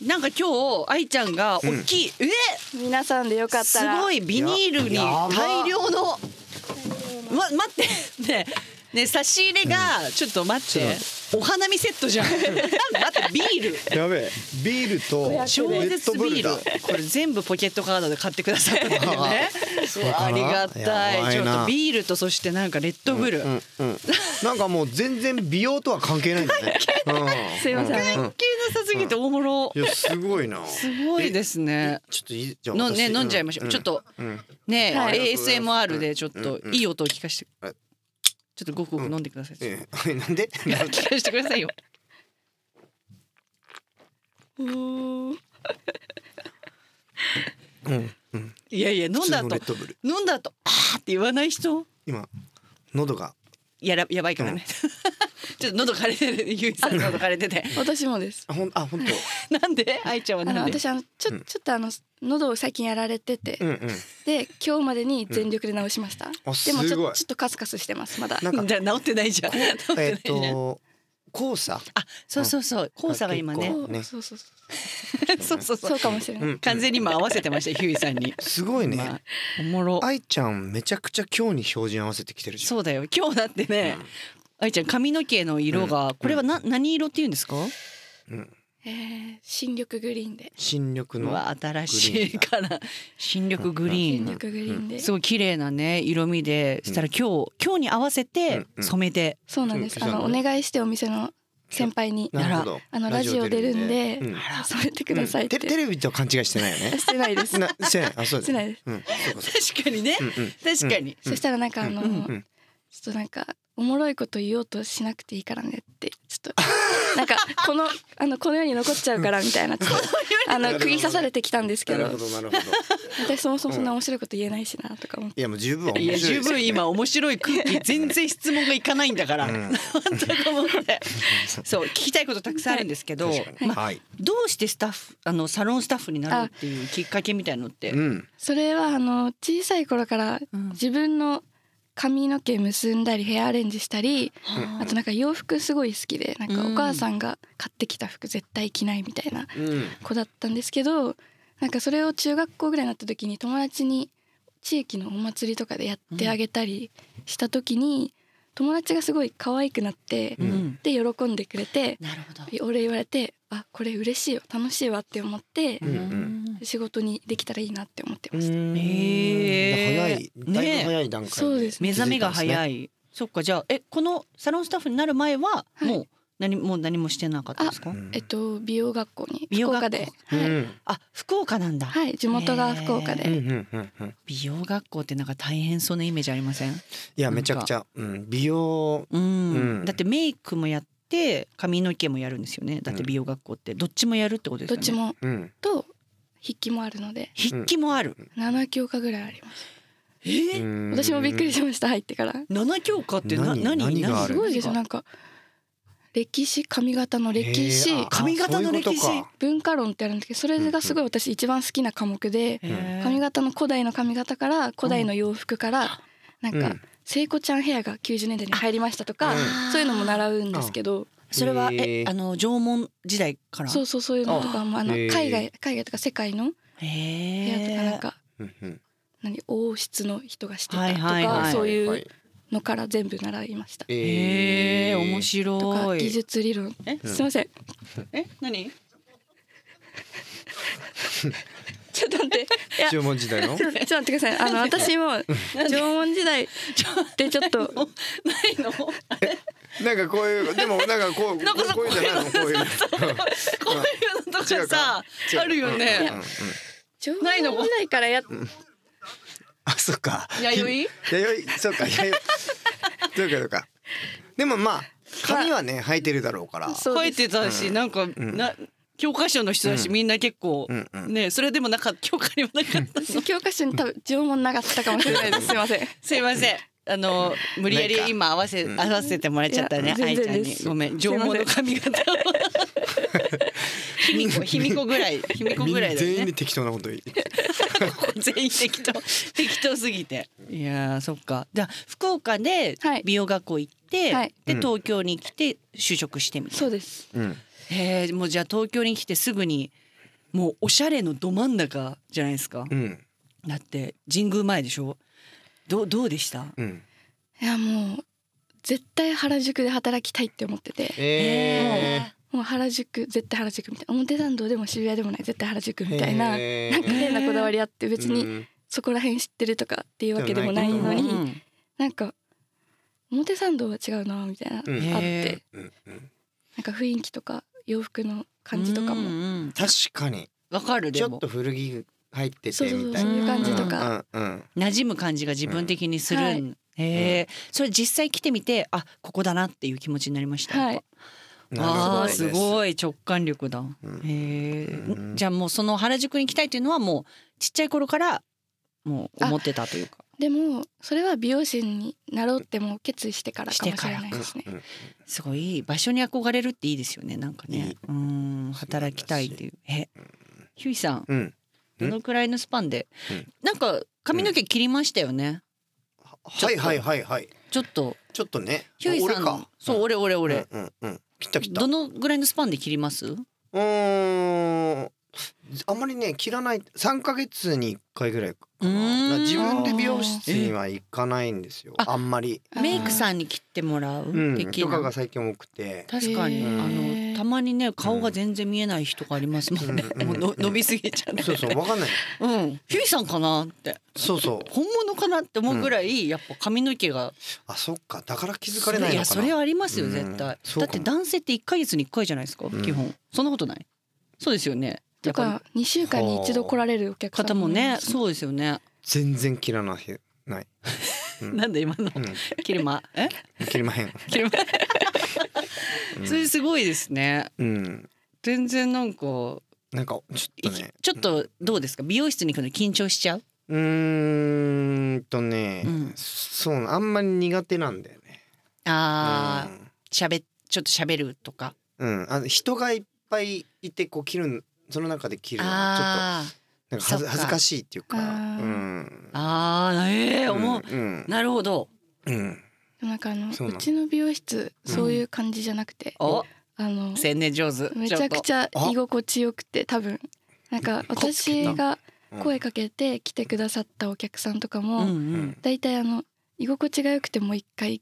Speaker 4: なんか今日愛ちゃんが大きい、え
Speaker 10: 皆さんでよかった
Speaker 4: す
Speaker 10: ら
Speaker 4: ごいビニールに
Speaker 1: ややば
Speaker 4: 大量のわ待ってねね差し入れがちょっと待って、お花見セットじゃん 待ってビール
Speaker 1: やべえビールとレ
Speaker 4: 超
Speaker 1: ッ
Speaker 4: 絶
Speaker 1: ドブ
Speaker 4: ビ
Speaker 1: ル
Speaker 4: ー
Speaker 1: だ
Speaker 4: ルこれ全部ポケットカードで買ってくださったんだ よね
Speaker 1: うかな
Speaker 4: ありが
Speaker 1: や
Speaker 4: た
Speaker 1: ば
Speaker 4: い
Speaker 1: い
Speaker 4: ちょ
Speaker 1: な
Speaker 4: っとビールとそしてなんかレッドブル、
Speaker 1: うんうん、なんかもう全然美容とは関係ないんだね、うん、
Speaker 10: すいません
Speaker 1: う
Speaker 4: 関係なさすぎて大物、
Speaker 1: いやすごいなち
Speaker 4: すごいですね
Speaker 1: ょっといいじゃあ
Speaker 4: の
Speaker 1: 私
Speaker 4: ね飲んじゃいましょう、ちょっ、と
Speaker 1: うんうん
Speaker 4: ね、
Speaker 10: はい
Speaker 4: ASMR でちょっと
Speaker 1: うんうん
Speaker 4: いい音を聞かして、
Speaker 1: はい
Speaker 4: ちょっとごくごく飲んでください、
Speaker 1: ええなんでなんで
Speaker 4: 聞かしてくださいよ。
Speaker 1: うんうん
Speaker 4: いやいや飲んだ
Speaker 1: 普通のレ
Speaker 4: 後
Speaker 1: ッドブル
Speaker 4: 飲んだ後あーって言わない人。
Speaker 1: 今喉が
Speaker 4: やらやばいからね、 ちょっと喉枯れてるゆいさん喉枯れてて
Speaker 10: 私もです。
Speaker 1: あほんあ本
Speaker 4: なんで愛ちゃんは
Speaker 10: あの
Speaker 4: なんで
Speaker 10: 私あのちょ
Speaker 1: うん
Speaker 10: ちょっとあの喉を最近やられてて、
Speaker 1: 当。うんうん。
Speaker 10: で今日までに全力で治しました。
Speaker 1: あ
Speaker 10: でもち
Speaker 1: すご
Speaker 10: ょ
Speaker 1: い
Speaker 10: ちょ。っとカスカスしてますまだ。
Speaker 1: なんか
Speaker 4: じゃあ治ってないじゃん治ってない
Speaker 1: えっ
Speaker 4: じゃん、
Speaker 1: と黄砂。
Speaker 4: あそうそうそう黄砂が今ね
Speaker 1: 結構
Speaker 10: お
Speaker 1: ね
Speaker 10: そうそうそ
Speaker 4: そうそう
Speaker 10: う
Speaker 4: そ
Speaker 10: そううかもしれない。
Speaker 1: うん
Speaker 4: 完全に今合わせて ましたゆいさんに
Speaker 1: すごい
Speaker 4: ま
Speaker 1: ね
Speaker 4: あ。おもろ
Speaker 1: 愛ちゃんめちゃくちゃ今日に標準合わせてきてるじゃん。
Speaker 4: そうだよ今日だってね、愛ちゃん髪の毛の色が、これはな何色っていうんですか、
Speaker 10: えー新緑グリーンで
Speaker 1: 新緑
Speaker 4: う
Speaker 1: の。
Speaker 4: わ新しいから新緑グリー
Speaker 10: 新
Speaker 4: ン、
Speaker 10: 緑グリーンで、
Speaker 4: すごい綺麗なね色味でしたら今日今日に合わせて
Speaker 1: うん
Speaker 4: 染めて、
Speaker 10: そうなんです。
Speaker 1: そう
Speaker 10: あのお
Speaker 1: そう
Speaker 10: 願いしてお店の先輩に
Speaker 1: なるほど。
Speaker 10: あのラジオ出るんで
Speaker 1: うん
Speaker 10: 染めてくださいっ
Speaker 1: テ
Speaker 10: て。
Speaker 1: テレビと勘違いしてないよ ね。
Speaker 10: してないです。
Speaker 1: なしてない。 あそうだ
Speaker 10: してないです。
Speaker 1: うん。そうか そうか
Speaker 4: 確かにね、
Speaker 1: うんうん。
Speaker 4: 確かに、
Speaker 10: そしたらなんかあの、
Speaker 4: うん
Speaker 1: うん
Speaker 10: ちょっとなんかおもろいこと言おうとしなくていいからねってちょっとなんか このあのこの世に残っちゃうからみたいなちょっとあの釘刺されてきたんですけ
Speaker 1: なるほ
Speaker 10: ど
Speaker 1: どなるほど。
Speaker 10: 私そもそもそんな面白いこと言えないしなとか思って
Speaker 1: いやもう十分面白い
Speaker 4: いや
Speaker 1: ですよ
Speaker 4: 十
Speaker 1: ね。
Speaker 4: 分今面白い空気全然質問がいかないんだから、
Speaker 1: う ん
Speaker 4: なんとか思ってそう聞きたいことたくさんあるんですけど、
Speaker 1: 確かに。
Speaker 4: まあ
Speaker 1: はい。
Speaker 4: どうしてスタッフあのサロンスタッフになるっていうきっかけみたいのって、
Speaker 1: うん。
Speaker 10: それはあの小さい頃から
Speaker 4: うん
Speaker 10: 自分の髪の毛結んだりヘアアレンジしたりあとなんか洋服すごい好きでなんかお母さんが買ってきた服絶対着ないみたいな
Speaker 1: うん。
Speaker 10: 子だったんですけどなんかそれを中学校ぐらいになった時に友達に地域のお祭りとかでやってあげたりした時に、友達がすごい可愛くなって、
Speaker 4: うん
Speaker 10: で喜んでくれて
Speaker 4: なるほど、
Speaker 10: 俺言われてあこれ嬉しいよ楽しいわって思って
Speaker 1: う、んうん。
Speaker 10: 仕事にできたらいいなって思ってました。
Speaker 4: へー
Speaker 1: 早い。だいぶ早い段階で。
Speaker 10: そうです
Speaker 4: 目覚めが
Speaker 1: 気づいたん
Speaker 4: 早
Speaker 1: で
Speaker 4: い、そっかじゃあえこのサロンスタッフになる前は
Speaker 10: はい
Speaker 4: もう何、もう何もしてなかったですか
Speaker 1: すね。うん
Speaker 10: えっと美容学校に
Speaker 4: 美容
Speaker 10: 福
Speaker 4: 学校
Speaker 10: 岡で、
Speaker 1: う
Speaker 10: はい
Speaker 1: ん
Speaker 4: あ福岡なんだ、
Speaker 10: はい地元が福岡
Speaker 1: うん
Speaker 10: で、
Speaker 1: うんうんうん。
Speaker 4: 美容学校ってなんか大変そうなイメージありません
Speaker 1: いやめちゃくちゃ、うん、美容
Speaker 4: うん、
Speaker 1: うん
Speaker 4: だってメイクもやって髪の毛もやるんですよねだって美容学校ってどっちもやるってことです
Speaker 10: ど
Speaker 4: よ
Speaker 10: っ
Speaker 4: ね
Speaker 10: ちも
Speaker 1: うん
Speaker 10: と筆記もあるので
Speaker 4: 筆記もある、
Speaker 10: 7教科ぐらいあります。
Speaker 4: え
Speaker 1: う
Speaker 4: ー、
Speaker 1: ん
Speaker 10: 私もびっくりしました入ってから。
Speaker 4: 7教科ってな
Speaker 1: 何
Speaker 4: 何
Speaker 1: 何があ
Speaker 10: す
Speaker 1: る
Speaker 10: ごいですよなんか歴史髪型の歴史
Speaker 1: へーあ
Speaker 4: 髪型の歴史
Speaker 1: そういうこ
Speaker 10: 文化論ってあるんですけどそれがすごい私一番好きな科目で
Speaker 4: えー
Speaker 10: 髪型の古代の髪型から古代の洋服からなん
Speaker 1: う
Speaker 10: か
Speaker 1: ん
Speaker 10: 聖子ちゃんヘアが90年代に入りましたとか
Speaker 1: うん
Speaker 10: そういうのも習うんですけど
Speaker 4: それは
Speaker 1: へ
Speaker 4: え
Speaker 1: ー
Speaker 4: あの縄文時代から
Speaker 10: そうそうそういうのとかもあの
Speaker 1: へー
Speaker 10: 海外海外とか世界の
Speaker 4: へ
Speaker 10: ヘア
Speaker 4: え
Speaker 10: とかなんか
Speaker 1: うんうん
Speaker 10: 何王室の人がしてた
Speaker 4: はい
Speaker 10: と
Speaker 4: はい
Speaker 10: か
Speaker 4: はい
Speaker 10: そう
Speaker 1: はいいう
Speaker 10: のから全部習いました。
Speaker 4: へえ面
Speaker 10: とか
Speaker 4: 白い
Speaker 10: 技術理論
Speaker 4: え
Speaker 10: すいません
Speaker 4: え何
Speaker 10: ちょっと待っていや
Speaker 1: 縄文時代の
Speaker 10: ちょっと待ってください。あの私も縄文時代でちょっと
Speaker 4: ないのこ
Speaker 1: なんかこういうでもなんかこう
Speaker 4: なんかさ
Speaker 1: こういうじゃないのこういう
Speaker 4: ういうのと
Speaker 1: 違
Speaker 4: か
Speaker 1: うか
Speaker 4: さあるよね、
Speaker 1: うんうんうん
Speaker 10: 縄
Speaker 4: ないの
Speaker 10: 文時代からやっ
Speaker 1: あそっか
Speaker 4: 弥
Speaker 1: 弥生そうか弥生そうかそうかでもまあ髪はね生えてるだろうから
Speaker 10: そう
Speaker 4: 生
Speaker 10: で
Speaker 4: え
Speaker 10: す。
Speaker 4: てたし、なんか、な教科書の人だし、みんな結構、
Speaker 1: うんうん
Speaker 4: ねそれでもなかった教科にはなかったの
Speaker 10: 教科書に多分縄文なかったかもしれないです。すいません。
Speaker 4: すいませんあの無理や
Speaker 1: ないか
Speaker 4: り今合わせ合わせてもらっちゃった
Speaker 10: い
Speaker 4: ね
Speaker 10: や
Speaker 4: 愛ち
Speaker 10: 全然
Speaker 4: ゃんに
Speaker 10: です
Speaker 4: ごめん
Speaker 10: すい
Speaker 4: 縄
Speaker 10: ません
Speaker 4: 文の髪 型を卑弥呼卑弥呼ぐらい卑弥呼
Speaker 1: みん
Speaker 4: ぐら
Speaker 1: ない
Speaker 4: だ
Speaker 1: 全
Speaker 4: よ
Speaker 1: 員で
Speaker 4: ね
Speaker 1: 適当なこと言って
Speaker 4: 全員適当適当すぎていやーそっかじゃあ福岡で
Speaker 10: はい
Speaker 4: 美容学校行って、
Speaker 10: はい
Speaker 4: で
Speaker 1: うん
Speaker 4: 東京に来て就職してみたい
Speaker 10: そうです。
Speaker 1: うん
Speaker 4: なへえもうじゃあ東京に来てすぐにもうおしゃれのど真ん中じゃないですか、
Speaker 1: うん
Speaker 4: だって神宮前でしょどうどうでした
Speaker 1: うん
Speaker 10: いやもう絶対原宿で働きたいって思ってて、
Speaker 1: え
Speaker 10: もう原宿絶対原宿みたいな表参道でも渋谷でもない絶対原宿みたいな。
Speaker 1: へー
Speaker 10: なんか変なこだわりあって別
Speaker 1: う
Speaker 10: に
Speaker 1: ん
Speaker 10: そこら辺知ってるとかっていうわけでもない
Speaker 1: でも
Speaker 10: の
Speaker 1: ない
Speaker 10: に
Speaker 4: うん
Speaker 10: なんか表参道は違うなみたいなあっ
Speaker 1: うん
Speaker 10: て
Speaker 1: うんうん
Speaker 10: なんか雰囲気とか洋服の感じとか
Speaker 4: うん
Speaker 10: も
Speaker 4: うん
Speaker 1: 確かに
Speaker 4: わかる
Speaker 1: ち
Speaker 4: で
Speaker 1: ょっ
Speaker 4: も
Speaker 1: と古着入って
Speaker 10: そう
Speaker 1: て
Speaker 10: そうそ
Speaker 1: み
Speaker 10: う
Speaker 1: た
Speaker 10: そ
Speaker 1: いうな
Speaker 10: いう感じとか、
Speaker 1: うんうん
Speaker 4: 馴染む感じが自分的にするん、
Speaker 10: うんはい
Speaker 4: へえそれ実際来てみてあここだなっていう気持ちになりました、
Speaker 10: はい
Speaker 1: うん
Speaker 4: ああ
Speaker 1: なるほど
Speaker 4: ーすごい直感力だ、
Speaker 1: うんう
Speaker 4: へえ
Speaker 1: ん
Speaker 4: じゃあもうその原宿に行きたいというのはもうちっちゃい頃からもう思ってたというか
Speaker 10: でもそれは美容師になろうってもう決意してからかもしれないですね
Speaker 1: うん
Speaker 4: すごい場所に憧れるっていいですよねなんか
Speaker 1: い
Speaker 4: ね
Speaker 1: い
Speaker 4: うん働きたいっていうえひゅいさん
Speaker 1: うん
Speaker 4: どのくらいのスパンで、
Speaker 1: うん
Speaker 4: なんか髪の毛切りましたよね、ちょっと
Speaker 1: はいはいはいはい
Speaker 4: ちょっと
Speaker 1: ちょっとね
Speaker 4: ひゅい
Speaker 1: 俺
Speaker 4: さん
Speaker 1: か
Speaker 4: そう俺俺俺、
Speaker 1: うんうんうん切った切った
Speaker 4: どのぐらいのスパンで切ります
Speaker 1: うーんあんまりね切らない3ヶ月に1回ぐらいか
Speaker 4: うーん
Speaker 1: な自分で美容室には行かないんですよ
Speaker 4: あ
Speaker 1: あんまり、
Speaker 10: あー
Speaker 4: メイクさんに切ってもらう
Speaker 1: うん、
Speaker 4: 的
Speaker 1: とか
Speaker 4: な
Speaker 1: が最近多くて
Speaker 4: 確かに、
Speaker 10: へー
Speaker 4: あのたまにね顔が全然見えない人がありますもんね、
Speaker 1: うんうん
Speaker 4: もうの伸びすぎちゃって
Speaker 1: そうそうわかんない
Speaker 4: うんひゅいさんかなって
Speaker 1: そうそう
Speaker 4: 本物かなって思うぐらいやっぱ髪の毛が
Speaker 1: あそっかだから気づかれないのかな
Speaker 4: やそれはありますよ
Speaker 1: うん
Speaker 4: 絶対、
Speaker 1: そう
Speaker 4: だ
Speaker 1: か
Speaker 4: っ
Speaker 1: も
Speaker 4: て男性って1ヶ月に1回じゃないですか、
Speaker 1: うん
Speaker 4: 基本そんなことないそうですよね
Speaker 10: と
Speaker 4: やっ
Speaker 10: か
Speaker 4: ぱ
Speaker 10: 2週間に一度来られるお客さん
Speaker 4: 方もね
Speaker 10: う
Speaker 4: そうですよね、
Speaker 1: 全然切ら ないない、うん
Speaker 4: なんで今の
Speaker 1: う
Speaker 4: 切れ間え
Speaker 1: ん、切りまへん、
Speaker 4: 切れ間
Speaker 1: うん
Speaker 4: それすごいですね
Speaker 1: うん、全
Speaker 4: 全然なんか
Speaker 1: なんかちょっとね
Speaker 4: ちょっとどうですか美容室に行くの緊張しちゃう
Speaker 1: うーんとね、
Speaker 4: うん
Speaker 1: そうあんまり苦手なんだよね
Speaker 4: あー喋、ちょっと喋るとか
Speaker 1: うん、うん、あの人がいっぱいいてこう切るんその中で切るのは
Speaker 4: あ
Speaker 1: ちょっとなんかはず
Speaker 4: そっか
Speaker 1: 恥ずかしいっていうか
Speaker 10: あー
Speaker 1: うん
Speaker 4: ーあーええ思う、
Speaker 1: うん
Speaker 4: なるほど
Speaker 1: うん
Speaker 10: でもなんかあの
Speaker 1: そう
Speaker 10: う
Speaker 1: なの
Speaker 10: ちの美容室そういう感じじゃなくて、
Speaker 4: お
Speaker 10: あの
Speaker 4: 宣伝上手
Speaker 10: めちゃくちゃ居心地よくて多分なんか
Speaker 1: こつけ
Speaker 10: 私
Speaker 1: た
Speaker 10: が
Speaker 1: うん
Speaker 10: 声かけて来てくださったお客さんとか
Speaker 4: ょっとうん
Speaker 10: も
Speaker 4: うん
Speaker 10: 大体あの居心地が良くてもう一回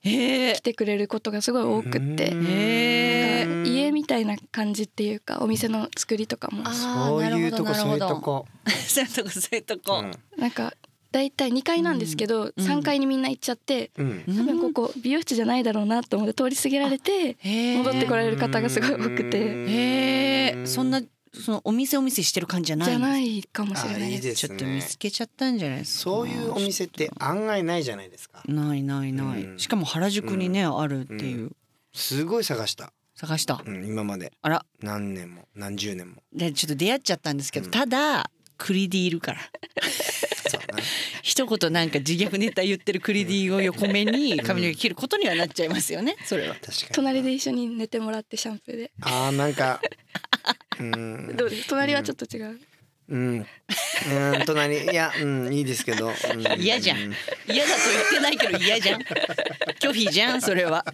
Speaker 4: へえ
Speaker 10: 来てくれることがすごい多くって
Speaker 1: う
Speaker 10: なんんか
Speaker 4: へー
Speaker 10: 家みたいな感じっていうかお店の作りとかも
Speaker 4: あー
Speaker 1: そういうとこ
Speaker 4: なる
Speaker 1: そう
Speaker 4: ほ
Speaker 1: いう
Speaker 4: ど
Speaker 1: とこ、
Speaker 4: そういうとこそういうと
Speaker 1: う
Speaker 4: こ、
Speaker 1: ん
Speaker 10: なんか大体2階なんですけど
Speaker 4: うん
Speaker 10: 3階にみんな行っちゃって
Speaker 1: うん、
Speaker 10: 多分ここ美容室じゃないだろうなと思って通り過ぎられて戻ってこられる方がすごい多くて
Speaker 1: うん
Speaker 4: へえそんなそのお店お店してる感じじゃない
Speaker 10: じゃないいかもしれ
Speaker 1: あ
Speaker 10: ない
Speaker 1: いい
Speaker 10: です。
Speaker 1: です
Speaker 4: ちょ
Speaker 1: ね
Speaker 4: っと見つけちゃったんじゃないですか
Speaker 1: そういうお店って案外ないじゃないですか
Speaker 4: ないないない、
Speaker 1: うん
Speaker 4: しかも原宿にね、あるっていう、
Speaker 1: すごい探した、
Speaker 4: 探した
Speaker 1: うん、今まで
Speaker 4: あら
Speaker 1: 何年も何十年も
Speaker 4: でちょっと出会っちゃったんですけど、
Speaker 1: うん
Speaker 4: ただクリディいるから
Speaker 1: そうね
Speaker 4: 一言なんか自虐ネタ言ってるクリディを横目に髪の毛切ることにはなっちゃいますよねそれは
Speaker 1: 確かに
Speaker 10: 隣で一緒に寝てもらってシャンプーで
Speaker 1: あーなんかうーん
Speaker 10: どうです隣はちょっと違う、
Speaker 1: うんうーん隣いやうんいいですけどうん
Speaker 4: 嫌じゃん
Speaker 1: うん
Speaker 4: 嫌だと言ってないけど嫌じゃん拒否じゃんそれは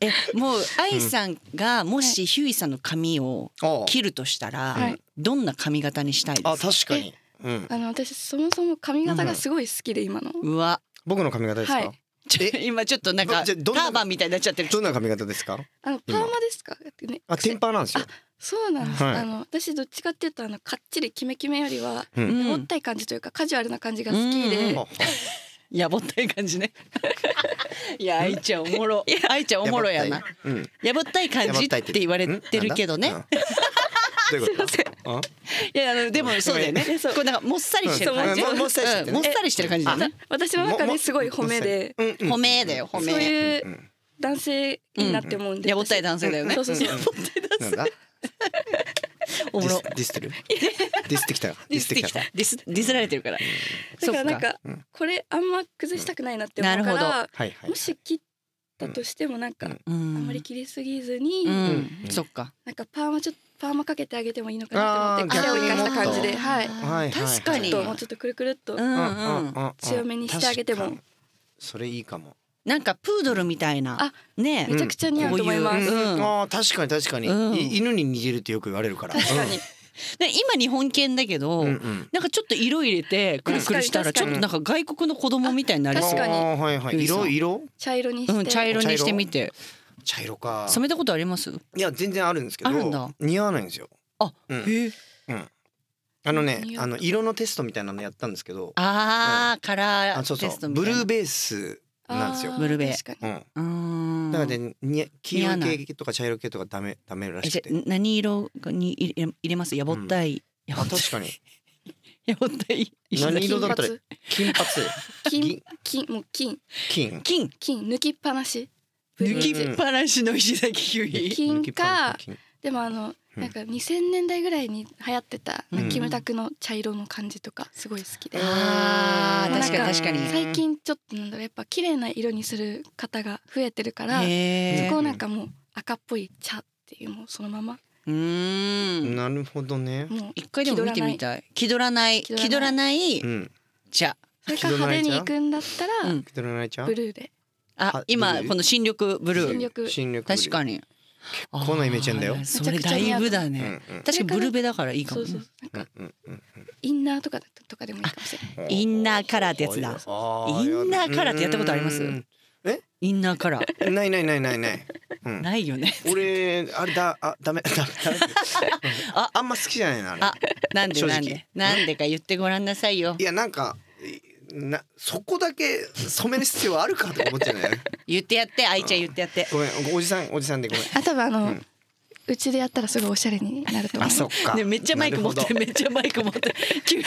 Speaker 4: えもう愛さんがもしヒューイさんの髪を
Speaker 1: あ
Speaker 4: 切るとしたら、
Speaker 10: はい
Speaker 4: どんな髪型にしたいで
Speaker 1: あ
Speaker 4: すか
Speaker 1: 確かにうん
Speaker 10: あの私そもそも髪型がすごい好きで今の、
Speaker 4: うわ
Speaker 1: 僕の髪型ですか、
Speaker 10: はい
Speaker 4: ちょ
Speaker 1: え
Speaker 4: 今ちょっとなんか
Speaker 1: どじ
Speaker 4: タ
Speaker 1: ゃあどんな
Speaker 4: ーバンみたいになっちゃってる
Speaker 1: どんな髪型ですか
Speaker 10: あのパーマですか、ね、
Speaker 1: あテンパーなんですよ
Speaker 10: そうなんです、
Speaker 1: はい
Speaker 10: あの私どっちかっていうとあのかっちりキメキメよりは
Speaker 1: う
Speaker 4: うん
Speaker 1: ん
Speaker 10: もったい感じというかカジュアルな感じが好き
Speaker 4: うんう
Speaker 10: で、
Speaker 4: ん
Speaker 1: あ
Speaker 4: やぼったい感じねいや愛ちゃんおもろ愛ちゃんおもろやな
Speaker 1: うん
Speaker 4: やぼったい感
Speaker 1: やば
Speaker 4: じ
Speaker 1: たい
Speaker 4: って言われてるけどね
Speaker 1: うんなんだうんどういうことあ
Speaker 4: いやあのでもそうだよね
Speaker 10: ごめん
Speaker 4: こうなんかもっさりしてる感じ
Speaker 1: うんももっさりしてるね
Speaker 4: うんもっさりしてる感じだよね
Speaker 10: 私の中ですごい褒めで
Speaker 1: うんうん
Speaker 4: 褒めだよ褒
Speaker 10: そう
Speaker 4: め
Speaker 10: いううん男性になってもんで、
Speaker 4: やぼったい男性だよね
Speaker 10: そうそうそう
Speaker 1: なんだ
Speaker 4: おもろ
Speaker 1: ディスディスって るディスってきた
Speaker 4: ディスってきたディスディスられてるから
Speaker 10: だからなん
Speaker 4: そっ
Speaker 10: か
Speaker 1: うん
Speaker 10: これあんま崩したくないなって思うか
Speaker 4: なる
Speaker 10: ら、
Speaker 1: はいはい
Speaker 10: もし切ったとしてもなんか、
Speaker 1: うん
Speaker 4: う
Speaker 10: あん
Speaker 4: ん
Speaker 10: まり切りすぎずに、
Speaker 4: うん
Speaker 1: うん
Speaker 4: そっか
Speaker 10: なんかパーマちょっとパーマかけてあげてもいいのかなって思って
Speaker 1: あー
Speaker 10: 癖を生かした感じ
Speaker 1: 逆に
Speaker 10: で、
Speaker 1: も
Speaker 10: は
Speaker 1: はい
Speaker 10: い、
Speaker 1: はいはい
Speaker 4: 確か
Speaker 10: ちょ
Speaker 4: に
Speaker 10: っともうちょっとくるくるっと、
Speaker 4: う
Speaker 1: うんん
Speaker 4: うん
Speaker 1: うんうん
Speaker 10: 強めにしてあげても
Speaker 1: 確かにそれいいかも
Speaker 4: なんかプードルみたいな
Speaker 10: あ
Speaker 4: ね
Speaker 10: めちゃくちゃ似合うと思います。
Speaker 4: こういううん
Speaker 1: ああ確かに確かに、
Speaker 4: うん
Speaker 1: い犬に似てるってよく言われるから確かに、
Speaker 4: で今日本犬だけど
Speaker 1: うんうん
Speaker 4: なんかちょっと色入れてくるくるしたら
Speaker 10: 確
Speaker 4: ちょ
Speaker 10: か
Speaker 4: っ
Speaker 10: に
Speaker 4: となんか外国の子供みたいになり
Speaker 10: 確
Speaker 4: そう
Speaker 10: かに
Speaker 1: あーはいはい
Speaker 4: ゆいさん
Speaker 1: 色色
Speaker 10: 茶色にして、
Speaker 4: うん茶色にしてみて
Speaker 1: 茶色か
Speaker 4: 染めたことあります
Speaker 1: いや全然あるんですけど
Speaker 4: あるんだ
Speaker 1: 似合わないんですよ
Speaker 4: あ
Speaker 1: うん
Speaker 4: へえ
Speaker 1: あのね
Speaker 10: 似合う
Speaker 1: あの色のテストみたいなのやったんですけど
Speaker 4: あーカラ
Speaker 1: あ
Speaker 4: ー
Speaker 1: そう
Speaker 4: テス
Speaker 1: そ
Speaker 4: ト
Speaker 1: う
Speaker 4: みた
Speaker 1: ブ
Speaker 4: い
Speaker 1: ル
Speaker 4: な
Speaker 1: ーベースなんですよ
Speaker 10: あー
Speaker 4: ブルベ
Speaker 10: 確か
Speaker 1: う
Speaker 10: に
Speaker 1: ん
Speaker 4: うーん
Speaker 1: だからねに黄
Speaker 4: 似合わな
Speaker 1: 色
Speaker 4: い
Speaker 1: い系とか茶色い系とかダメダメら
Speaker 4: え
Speaker 1: し
Speaker 4: じゃ
Speaker 1: くて
Speaker 4: あ何色に入れ入れますやぼったい、やぼ
Speaker 1: あ
Speaker 4: ったい
Speaker 1: 確かに
Speaker 4: やぼったい
Speaker 1: 何色だったら金 髪
Speaker 10: 金金もう金
Speaker 1: 金
Speaker 4: 金
Speaker 10: 金抜きっぱなし。
Speaker 4: 抜き
Speaker 1: うん
Speaker 4: っぱなしの石崎ひゅ
Speaker 1: 金
Speaker 4: い
Speaker 10: 金か
Speaker 1: 金
Speaker 10: でもあの
Speaker 1: うん
Speaker 10: なんか2000年代ぐらいに流行ってた、
Speaker 1: うん
Speaker 10: キムタクの茶色の感じとかすごい好きで、
Speaker 4: あー
Speaker 10: なん
Speaker 4: 確かに確かに
Speaker 10: 最近ちょっとなんだろうやっぱ綺麗な色にする方が増えてるからそ
Speaker 4: へ
Speaker 10: こ
Speaker 4: ー
Speaker 10: をなんかもう赤っぽい茶っていうもうそのまま
Speaker 4: うーん
Speaker 1: なるほどね。
Speaker 10: もう
Speaker 4: 一回でも見てみたい気取らない気
Speaker 10: 気
Speaker 4: 取
Speaker 10: 取
Speaker 4: ら
Speaker 10: ら
Speaker 4: ない
Speaker 1: うん。
Speaker 4: 茶
Speaker 10: それから派手に行くんだったら、
Speaker 4: うん
Speaker 1: キドラナイちゃん。
Speaker 10: ブルーで
Speaker 4: あ
Speaker 1: は
Speaker 4: 今
Speaker 1: ブルー
Speaker 4: この新緑ブル
Speaker 10: 新
Speaker 4: ー
Speaker 10: 緑ブルー
Speaker 1: 新緑。
Speaker 4: 確か
Speaker 1: に。
Speaker 4: に
Speaker 1: 結構なイメチェンだよ
Speaker 4: あーそれだいぶだ
Speaker 1: うんう
Speaker 4: ね
Speaker 1: んうん
Speaker 4: 確かにブルベだからいいか
Speaker 10: そ
Speaker 4: も
Speaker 10: う
Speaker 4: ね
Speaker 10: そうなんか
Speaker 1: うんうん
Speaker 10: インナーとかだとかでもいいかもしれな
Speaker 1: う
Speaker 10: い
Speaker 1: ん。
Speaker 4: インナーカラーってやつだインナーカラーってやったことあります
Speaker 1: うん
Speaker 4: インナーカラー
Speaker 1: ないないないないない。うん。
Speaker 4: ないよ ね
Speaker 1: 俺あれだあダメダメダメ。ああんま好きじゃないなあれ。
Speaker 4: あなんで
Speaker 1: 正直
Speaker 4: なんでなんでか言ってごらんなさいよ
Speaker 1: いやなんかいなそこだけ染める必要あるかとか思っちゃうね。
Speaker 4: 言ってやって愛ちゃん言ってやって
Speaker 1: ごめんおじさんおじさんでごめん。
Speaker 10: あ多分あの、
Speaker 1: う
Speaker 10: うんちでやったらすごいおしゃれになると思
Speaker 1: あ
Speaker 10: う
Speaker 1: そっか。
Speaker 4: ねめっちゃマイク持っ
Speaker 1: な
Speaker 4: て
Speaker 1: るほ
Speaker 4: めっちゃマイク持って急に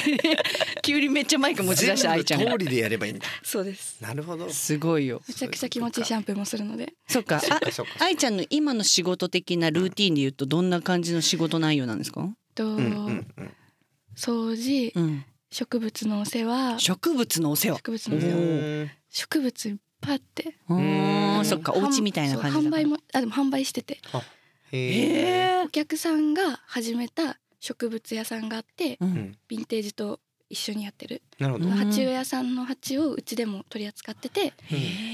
Speaker 4: 急にめっちゃマイク
Speaker 1: ど
Speaker 4: 持ち出した愛ちゃん
Speaker 1: 全
Speaker 4: が
Speaker 1: 部通りでやればいいんだ。
Speaker 10: そうです
Speaker 1: なるほど。
Speaker 4: すごいよ
Speaker 10: めちゃくちゃ気持ちいいシャンプーもするので
Speaker 4: そっか
Speaker 1: そっかそっか。
Speaker 4: 愛ちゃんの今の仕事的なルーティンで言うとどんな感じの仕事内容なんですか、
Speaker 10: えっと、
Speaker 1: うんうんうん。
Speaker 10: 掃除
Speaker 4: うん、
Speaker 10: 植物のお世話
Speaker 4: 植物のお世話
Speaker 10: 植物
Speaker 1: う
Speaker 10: のお世話
Speaker 1: ん
Speaker 10: 植物いっぱいあって
Speaker 4: うん
Speaker 1: うん
Speaker 4: そっかお家みたいな感じ
Speaker 10: そ
Speaker 4: だ
Speaker 10: う販
Speaker 4: から
Speaker 10: 売もあでも販売してて
Speaker 1: へえ。
Speaker 4: え
Speaker 10: お客さんが始めた植物屋さんがあって
Speaker 4: ー、う
Speaker 1: うんん
Speaker 10: ヴィンテージと一緒にやってる、
Speaker 1: なるほど。
Speaker 4: うん
Speaker 10: 鉢植え屋さんの鉢をうちでも取り扱ってて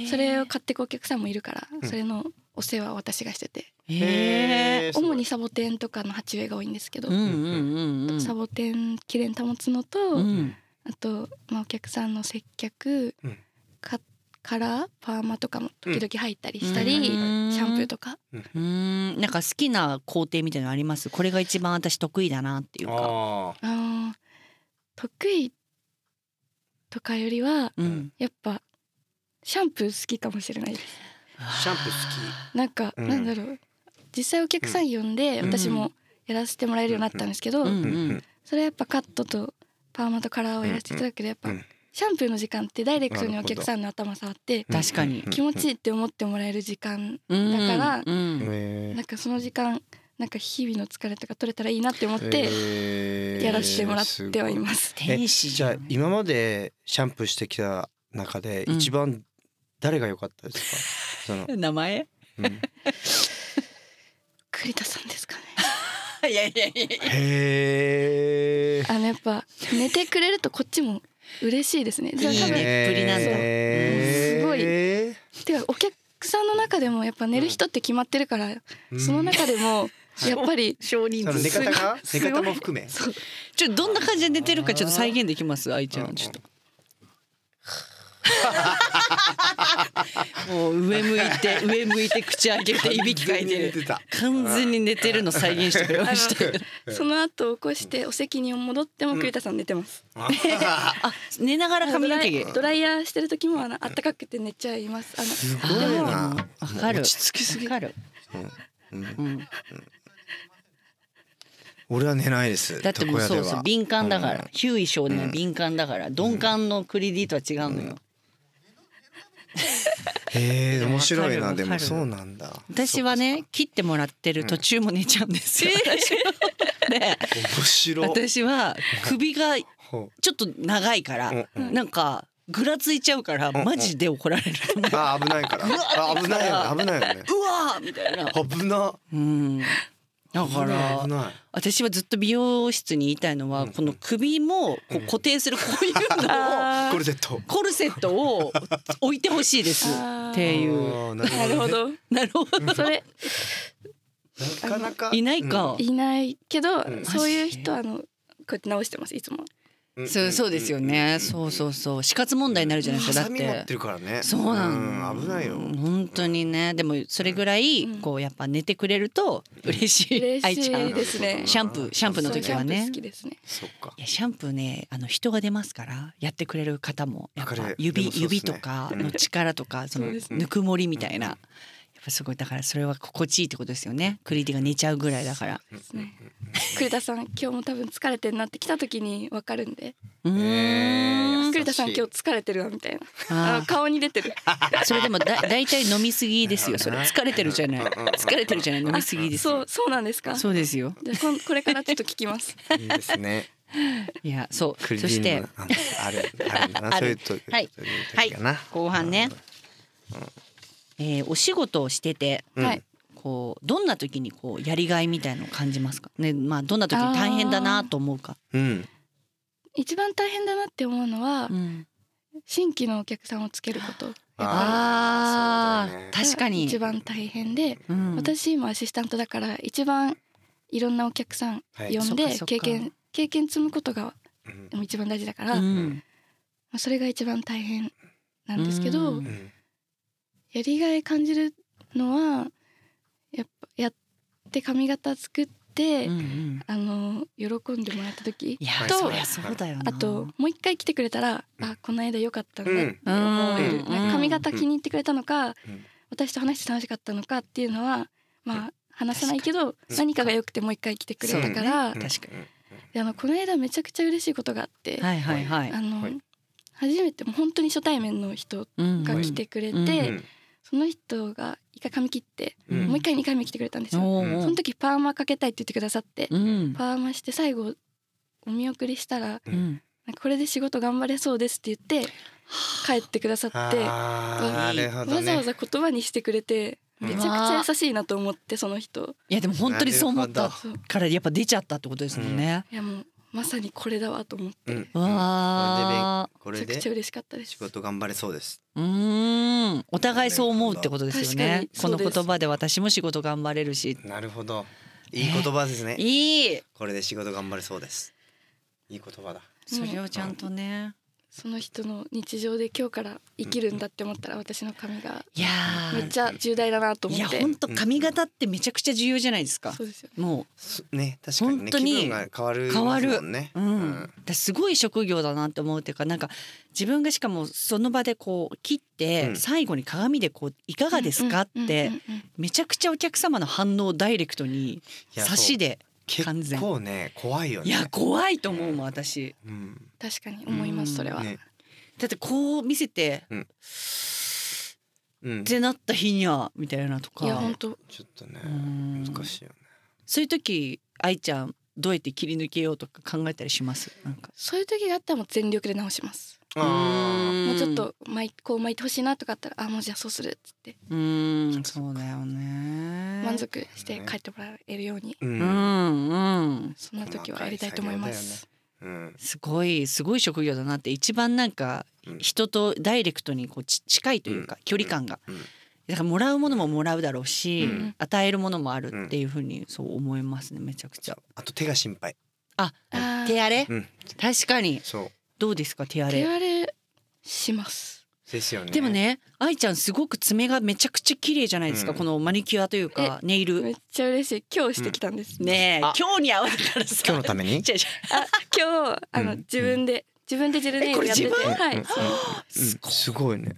Speaker 10: それを買ってくお客さんもいるから、
Speaker 1: うん
Speaker 10: それのお世話を私がしてて
Speaker 4: え
Speaker 1: ー
Speaker 10: 主に。サボテンとかの鉢植えが多いんですけど、
Speaker 4: うんうんうんうん
Speaker 10: サボテンきれいに保つのと、
Speaker 4: うん
Speaker 10: あと、まあ、お客さんの接客、
Speaker 1: うん
Speaker 10: かカラーパーマとかも時々入ったりしたり、
Speaker 4: うん
Speaker 10: シャンプーとか
Speaker 4: うんなんか好きな工程みたいなのありますこれが一番私得意だなっていうか
Speaker 1: あ
Speaker 10: あの得意とかよりは
Speaker 4: うん
Speaker 10: やっぱシャンプー好きかもしれないです
Speaker 1: あ。シャンプー好
Speaker 10: なんか、
Speaker 1: うん
Speaker 10: なんだろう実際お客さん呼んで、
Speaker 4: うん
Speaker 10: 私もやらせてもらえるようになったんですけど、
Speaker 4: うん
Speaker 1: き。
Speaker 4: うん
Speaker 10: それはやっぱカットとパーマとカラーをやらせていただくけどやっぱ、
Speaker 1: うん
Speaker 10: シャンプーの時間ってダイレクトにお客さんの頭触って
Speaker 4: 確かに
Speaker 10: 気持ちいいって思ってもらえる時間
Speaker 4: うん
Speaker 10: だから
Speaker 4: うん
Speaker 1: へ
Speaker 10: なんかその時間なんか日々の疲れとか取れたらいいなって思って
Speaker 1: え
Speaker 10: やらせてもらってはいます。
Speaker 4: 天使
Speaker 1: じ
Speaker 4: じ
Speaker 1: ゃ
Speaker 4: ゃ
Speaker 1: あ
Speaker 4: ん
Speaker 1: 今までシャンプーしてきた中で
Speaker 4: うん
Speaker 1: 一番誰が良かった ですか、その、
Speaker 4: 名前
Speaker 1: うん、
Speaker 10: 栗田さんですかね。
Speaker 4: いやいやいや
Speaker 1: へえ
Speaker 10: あのやっぱ寝てくれるとこっちも嬉しいですね。じゃあ多
Speaker 4: いい
Speaker 10: 分
Speaker 4: ねっぷりなんだ
Speaker 1: へー
Speaker 10: てかお客さんの中でもやっぱ寝る人って決まってるから、
Speaker 1: うん
Speaker 10: その中で もやっぱり
Speaker 4: 少人
Speaker 1: その
Speaker 4: 数
Speaker 1: 寝
Speaker 4: すご
Speaker 1: 方
Speaker 4: い
Speaker 1: が寝
Speaker 10: すごい
Speaker 1: 方も含め
Speaker 10: そう
Speaker 4: ちょっとどんな感じで寝てるかちょっと再現できます愛ちゃんちょっともう上向いて 上向いて口開けていびきかいてる
Speaker 1: た
Speaker 4: 完全に寝てるの再現してくれましたよ
Speaker 10: その後起こしてお席に戻っても栗田さん寝てます。
Speaker 4: あ寝ながら髪の毛
Speaker 10: ドライヤーしてる時もあの暖かくて寝ちゃいます。あの
Speaker 1: すごい
Speaker 4: でも
Speaker 1: な
Speaker 4: わかる
Speaker 1: 落ち着きすぎ
Speaker 4: わかるうん
Speaker 1: 俺は寝ないです
Speaker 4: だってもうそうそう敏感だから、
Speaker 1: うん
Speaker 4: ヒューイ少年は敏感だから、鈍感のクリディとは違うのよ、
Speaker 1: へえ面白い
Speaker 4: わか
Speaker 1: な
Speaker 4: る
Speaker 1: で
Speaker 4: わ
Speaker 1: も
Speaker 4: かる
Speaker 1: そうなんだ
Speaker 4: 私はね切ってもらってる途中も寝ちゃうんですよ、私はね
Speaker 1: 面白い
Speaker 4: 私は首がち
Speaker 1: ほう
Speaker 4: ょっと長いから、
Speaker 1: うんうん
Speaker 4: なんかぐらついちゃうからマジで怒られると思う、
Speaker 1: あ危ないからあ危ないよね危ないよね
Speaker 4: うわーみたいな
Speaker 1: 危な
Speaker 4: うんだ
Speaker 1: 危な
Speaker 4: か
Speaker 1: い
Speaker 4: ら
Speaker 1: 危ない
Speaker 4: 私はずっと美容室に言いたいのは、この首もこう固定するこういう のを
Speaker 1: コルセット
Speaker 4: コルセットを置いてほしいですっていう。
Speaker 1: あーな
Speaker 10: なるほど。
Speaker 4: なるほど。
Speaker 10: それ
Speaker 1: なかなか
Speaker 4: いないか。
Speaker 10: いないけど、
Speaker 1: ん
Speaker 10: そういう人はあのこうやって直してますいつも。
Speaker 1: うん
Speaker 4: そうそうですよね。そうそうそう。死活問題になるじゃないですか。だ
Speaker 1: ハサ
Speaker 4: っ
Speaker 1: ミ持ってて。るからね
Speaker 4: そうなの、
Speaker 1: ん危ないよ
Speaker 4: 本当にね。でもそれぐらい
Speaker 10: うん
Speaker 4: こうやっぱ寝てくれると嬉しい。
Speaker 10: 嬉し
Speaker 4: 愛
Speaker 10: い
Speaker 4: ちゃん
Speaker 10: ですね。
Speaker 4: シャンプーシャンプーの
Speaker 10: そう
Speaker 4: 時は
Speaker 10: キャンプ
Speaker 4: ね
Speaker 10: 好。きですね。
Speaker 1: そっか
Speaker 4: いやシャンプーねあの人が出ますからやってくれる方もやっぱ
Speaker 1: わかる
Speaker 4: 指、
Speaker 1: でもそうっすね
Speaker 4: 指とかの力とかその
Speaker 10: そうですね
Speaker 4: ぬくもりみたいなやっぱすごいだからそれは心地いいってことですよねクリティが寝ちゃうぐらいだから
Speaker 10: ですね栗田さん今日も多分疲れてんなって来た時にわかるんで
Speaker 4: うーん
Speaker 1: えー優しい
Speaker 10: 栗田さん今日疲れてるわみたいなあ
Speaker 4: あ
Speaker 10: の顔に出てる
Speaker 4: ーそれでもだ大体飲みすぎですよそれ疲れてるじゃない疲れてるじゃない飲みすぎです
Speaker 10: そうそうなんですか
Speaker 4: そうです よ
Speaker 10: じゃあこんこれからちょっと聞 きます
Speaker 1: いいですね。
Speaker 4: いやそう
Speaker 1: クリ
Speaker 4: そし
Speaker 1: ー
Speaker 4: て
Speaker 1: ムああるあるんだな
Speaker 4: あ
Speaker 1: そうい
Speaker 4: る
Speaker 1: うと
Speaker 4: はい
Speaker 1: 時かな。
Speaker 4: 後半ね、えーお仕事をしてて
Speaker 1: うん。
Speaker 10: はい
Speaker 4: こうどんな時にこうやりがいみたいのを感じますかねまあどんな時に大変だなと思うか、
Speaker 1: うん。
Speaker 10: 一番大変だなって思うのは
Speaker 4: うん、
Speaker 10: 新規のお客さんをつけることやっぱ
Speaker 4: あ
Speaker 1: あー
Speaker 4: ー
Speaker 1: そうだね
Speaker 10: り
Speaker 4: 確かに
Speaker 10: 一、番大変で
Speaker 4: うん、
Speaker 10: 私今アシスタントだから一番いろんなお客さん
Speaker 1: はい
Speaker 10: 呼ん
Speaker 4: そっか
Speaker 10: で
Speaker 4: そっか
Speaker 10: 経験経験積むことが
Speaker 1: うん
Speaker 10: でも一番大事だから、
Speaker 4: う
Speaker 10: ま
Speaker 4: ん
Speaker 10: あそれが一番大変なんですけど、
Speaker 4: うん
Speaker 1: うん
Speaker 10: やりがい感じるのはやっぱやって髪型作って、
Speaker 4: うんうん、
Speaker 10: あの喜んでもらった時
Speaker 4: いや
Speaker 1: はい
Speaker 4: と
Speaker 10: そ
Speaker 4: そうりゃそうだよな
Speaker 10: あともう一回来てくれたら「あこの間良かった
Speaker 1: う
Speaker 10: ね」って
Speaker 1: ん
Speaker 10: 思える、
Speaker 4: うん
Speaker 10: なんか髪型気に入ってくれたのか、
Speaker 1: うん
Speaker 10: 私と話して楽しかったのかっていうのはまあ話さないけど
Speaker 1: に
Speaker 10: 何かが良くてもう一回来てくれたから、
Speaker 1: うん
Speaker 4: 確か
Speaker 1: に。
Speaker 10: であのこの間めちゃくちゃ嬉しいことがあって、
Speaker 4: はいはいはい
Speaker 10: あの、
Speaker 1: はい
Speaker 10: 初めてもう本当に初対面の人
Speaker 4: うん
Speaker 10: が来てくれて、
Speaker 4: うん
Speaker 1: う
Speaker 4: で
Speaker 1: ん
Speaker 10: その人が一回髪切って、
Speaker 1: うん
Speaker 10: もう一回二回目来てくれたんですよ。
Speaker 4: お
Speaker 1: うん
Speaker 4: ー
Speaker 10: その時パーマかけたいって言ってくださって、
Speaker 4: うん
Speaker 10: パーマして最後お見送りしたら
Speaker 4: うん
Speaker 10: なんかこれで仕事頑張れそうですって言って帰ってくださって、
Speaker 1: あーなるほど
Speaker 10: わざ
Speaker 1: ね。
Speaker 10: わざ言葉にしてくれてめちゃくちゃ優しいなと思ってその人
Speaker 4: いやでも本当にそう思った
Speaker 10: そう
Speaker 4: からやっぱ出ちゃったってことですもんね、
Speaker 10: いやもうまさにこれだわと思って
Speaker 1: うん
Speaker 4: うわ
Speaker 1: こ
Speaker 10: め
Speaker 1: れ
Speaker 10: ちゃく
Speaker 1: で
Speaker 10: ちゃ嬉しかったです
Speaker 1: 仕。事頑張れそうです。
Speaker 4: ーうーんお互いそう思うってことですよね
Speaker 10: 確か
Speaker 4: こ
Speaker 10: にそ
Speaker 4: の
Speaker 10: うです
Speaker 4: 言葉で私も仕事頑張れるし
Speaker 1: なるほど。いい言葉ですね。
Speaker 4: いい
Speaker 1: これで仕事頑張れそうです。いい言葉だ。
Speaker 4: それをちゃんとね
Speaker 10: その人の日常で今日から生きるんだって思ったら私の髪が
Speaker 4: いや
Speaker 10: めっちゃ重大だなと
Speaker 4: ーい
Speaker 10: 思
Speaker 4: や
Speaker 10: って。
Speaker 4: 本当髪型ってめちゃくちゃ重要じゃないですか
Speaker 10: そうですよ。
Speaker 4: も
Speaker 1: すね確かにね
Speaker 4: 本当に
Speaker 1: 気分が変わる
Speaker 4: 変わる
Speaker 1: もんね。
Speaker 4: う、うんだからすごい職業だなって思うっていうかなんか自分がしかもその場でこう切って、
Speaker 1: うん
Speaker 4: 最後に鏡でこういかがですかっ
Speaker 10: うんうん
Speaker 4: て
Speaker 10: うんうん
Speaker 4: めちゃくちゃお客様の反応をダイレクトに
Speaker 1: いや
Speaker 4: 差しで
Speaker 1: そう
Speaker 4: 完
Speaker 1: 結
Speaker 4: 全
Speaker 1: 構ね怖いよね。
Speaker 4: いや怖いと思うもん私
Speaker 1: うん
Speaker 10: 確かに思いま
Speaker 4: う
Speaker 10: す
Speaker 4: ん
Speaker 10: それは。
Speaker 1: ね
Speaker 4: だってこう見せて
Speaker 1: うん
Speaker 4: っ
Speaker 1: ち
Speaker 4: てなった日にゃみたいなと
Speaker 10: いや
Speaker 4: か
Speaker 10: 本当
Speaker 1: ょっとね
Speaker 4: うん
Speaker 1: 難しいよね。
Speaker 4: そういう時愛ちゃんどうやって切り抜けようとか考えたりしますなんか
Speaker 10: そういう時があったらもう全力で直します。
Speaker 1: あ
Speaker 10: もうちょっと巻いこう巻いてほしいなとかあったらあもうじゃあそうするっつって
Speaker 4: うーんそうだよね
Speaker 10: 満足して帰ってもらえるように
Speaker 1: ーう
Speaker 4: うんんうん
Speaker 10: そんな時はやりたいと思います。
Speaker 1: うん
Speaker 4: すごいすごい職業だなって一番なんか
Speaker 1: うん
Speaker 4: 人とダイレクトにこうち近いというか距離感が
Speaker 1: うん
Speaker 4: だからもらうものももらうだろうし
Speaker 1: うん
Speaker 4: 与えるものもあるっていうふうにそう思いますねめちゃくちゃ
Speaker 1: あと手が心配。
Speaker 10: あー
Speaker 4: 手荒れ
Speaker 1: うん
Speaker 4: 確かに
Speaker 1: そう
Speaker 4: どうですか手荒
Speaker 10: 手
Speaker 4: れ
Speaker 10: 荒れします。
Speaker 1: ですよね。
Speaker 4: でもね愛ちゃんすごく爪がめちゃくちゃ綺麗じゃないですか
Speaker 1: うん
Speaker 4: このマニキュアというかネイ
Speaker 10: め
Speaker 4: ル
Speaker 10: っちゃ嬉しい今日してきたんです。
Speaker 4: ねえ
Speaker 1: あ
Speaker 4: 今日に合わせたらさ
Speaker 1: 今日のために。
Speaker 4: 違う違う
Speaker 10: あ今日あの、
Speaker 1: うん
Speaker 10: 自分で自分でジェルネイルやってて
Speaker 4: えこれ
Speaker 10: は
Speaker 1: うん
Speaker 10: い。
Speaker 1: うんうんすごいね。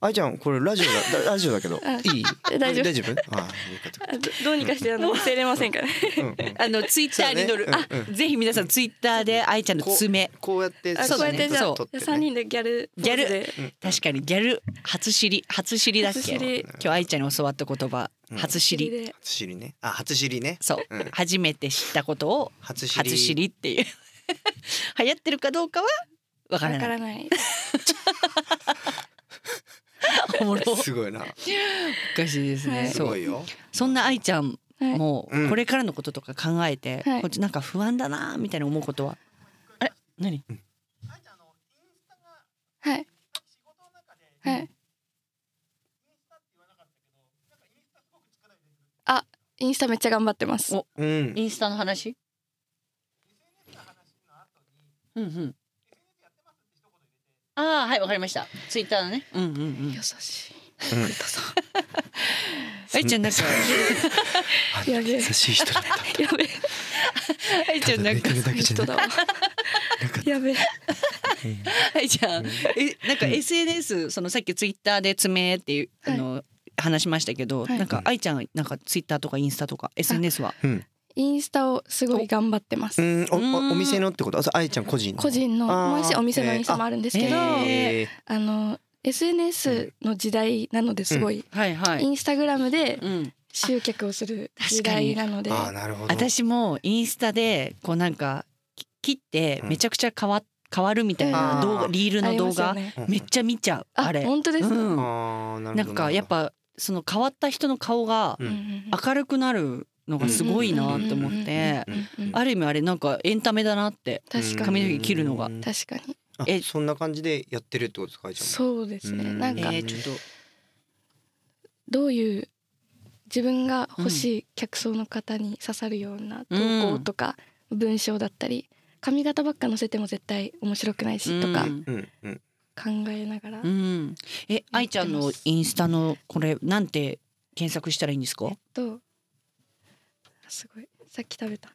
Speaker 1: あいちゃんこれラジオだだラジオだけ ど
Speaker 10: あ
Speaker 1: いい
Speaker 10: え大丈夫
Speaker 1: 大丈夫あーよかった
Speaker 10: あどどうにかしてあの忘れれませんから。
Speaker 1: うん うん
Speaker 4: あのツイッターに載る、
Speaker 1: そうねうん
Speaker 4: あ、ぜひ皆さんツイッターで愛ちゃんの爪。
Speaker 1: こうやって
Speaker 10: あ
Speaker 4: そう
Speaker 10: こ
Speaker 4: だ
Speaker 10: うやっ
Speaker 4: ね
Speaker 10: てじゃ
Speaker 4: そ
Speaker 10: あ
Speaker 4: う
Speaker 1: 撮ってね
Speaker 10: 三人でギャルポーズで
Speaker 4: 確かにギャル初知り初知りだっけ
Speaker 10: 初知り
Speaker 4: 今日愛ちゃんに教わった言葉、
Speaker 1: うん
Speaker 4: 初知り
Speaker 10: で
Speaker 1: 初尻ねあ初尻ね
Speaker 4: そう、
Speaker 1: うん
Speaker 4: 初めて知ったことを
Speaker 1: 初尻
Speaker 4: 初知りっていう 流行ってるかどうかはわから
Speaker 10: わか
Speaker 4: ない
Speaker 10: らない。
Speaker 4: おもろお
Speaker 1: すごいな
Speaker 4: かしいですね、
Speaker 10: はい
Speaker 1: す
Speaker 4: そ
Speaker 1: ご
Speaker 4: う
Speaker 1: いよ
Speaker 4: そんな愛ちゃん
Speaker 10: はい
Speaker 4: も
Speaker 1: うん
Speaker 4: これからのこととか考えて、
Speaker 10: はい
Speaker 4: こっちなんか不安だなーみたいな思うことはあれ何
Speaker 10: はい。はい。あ、インスタめっちゃ頑張ってます
Speaker 4: お。
Speaker 1: うん
Speaker 4: インスタの話うんうんああはいわかりましたツイッターのねうんうんうん
Speaker 10: 優し
Speaker 4: 愛ちゃんなんか
Speaker 10: い。やべえ
Speaker 1: 優。しい人だった
Speaker 10: やべえ。
Speaker 4: 愛ちゃんなん
Speaker 1: た
Speaker 4: か
Speaker 1: だ見てるだけじゃ
Speaker 10: 人
Speaker 1: ない
Speaker 10: だわ。やべえ。
Speaker 4: 愛ちゃんえなんか SNS そのさっきツイッターで爪っていうあ
Speaker 10: はい
Speaker 4: の話しましたけど
Speaker 10: はい
Speaker 4: なんか愛ちゃんなんかツイッターとかインスタとか SNS は
Speaker 1: うん
Speaker 10: インスタをすごい頑張ってま
Speaker 1: う
Speaker 10: す。
Speaker 1: んお
Speaker 4: うん
Speaker 1: おお店のってことあそうあえちゃん個人の
Speaker 10: 個人の
Speaker 1: あー
Speaker 10: もう一お店のインスタもあるんですけど、
Speaker 4: えーあ
Speaker 1: え
Speaker 10: あの SNS の時代なのですごい、
Speaker 4: はいは
Speaker 10: イ
Speaker 4: い。
Speaker 10: ンスタグラムで
Speaker 4: うん。
Speaker 10: 集客をする
Speaker 4: あ
Speaker 10: 時代なので
Speaker 1: ー、あーなるほど
Speaker 4: 私もインスタでこうなんかき切って
Speaker 1: うん
Speaker 4: めちゃくちゃ変わ変わるみたい
Speaker 1: あ
Speaker 4: な
Speaker 1: ー
Speaker 4: 動画リール
Speaker 10: あ
Speaker 4: の
Speaker 10: り
Speaker 4: 動
Speaker 10: ますよ
Speaker 4: 画
Speaker 10: ね。
Speaker 1: うん
Speaker 4: めっちゃ見ちゃう
Speaker 10: あ
Speaker 4: あれ。
Speaker 10: 本当ですか。うん
Speaker 4: うん
Speaker 1: あーなるほど
Speaker 4: なんかやっぱその変わった人の顔が
Speaker 1: うん
Speaker 10: うん
Speaker 4: 明るくなるのがすごいなと思って
Speaker 1: う。ん
Speaker 10: うん
Speaker 4: ある意味あれなんかエンタメだなって
Speaker 10: 確か
Speaker 4: 髪
Speaker 10: に
Speaker 4: の毛切るのが
Speaker 1: うん
Speaker 10: 確かに
Speaker 1: あ
Speaker 4: え
Speaker 1: そんな感じでやってるってことですかあいちゃんも
Speaker 10: そうですね。
Speaker 1: うん
Speaker 10: なんか
Speaker 1: えー
Speaker 4: ちょっ
Speaker 10: どういう自分が欲しい客層の方に刺さるような投稿とか文章だったり髪型ばっか載せても絶対面白くないしとか
Speaker 4: うん
Speaker 1: うんうん
Speaker 10: 考えながら
Speaker 4: と、うん、え愛ちゃんのインスタのこれなんて検索したらいいんですか
Speaker 10: とすごいさっき食べた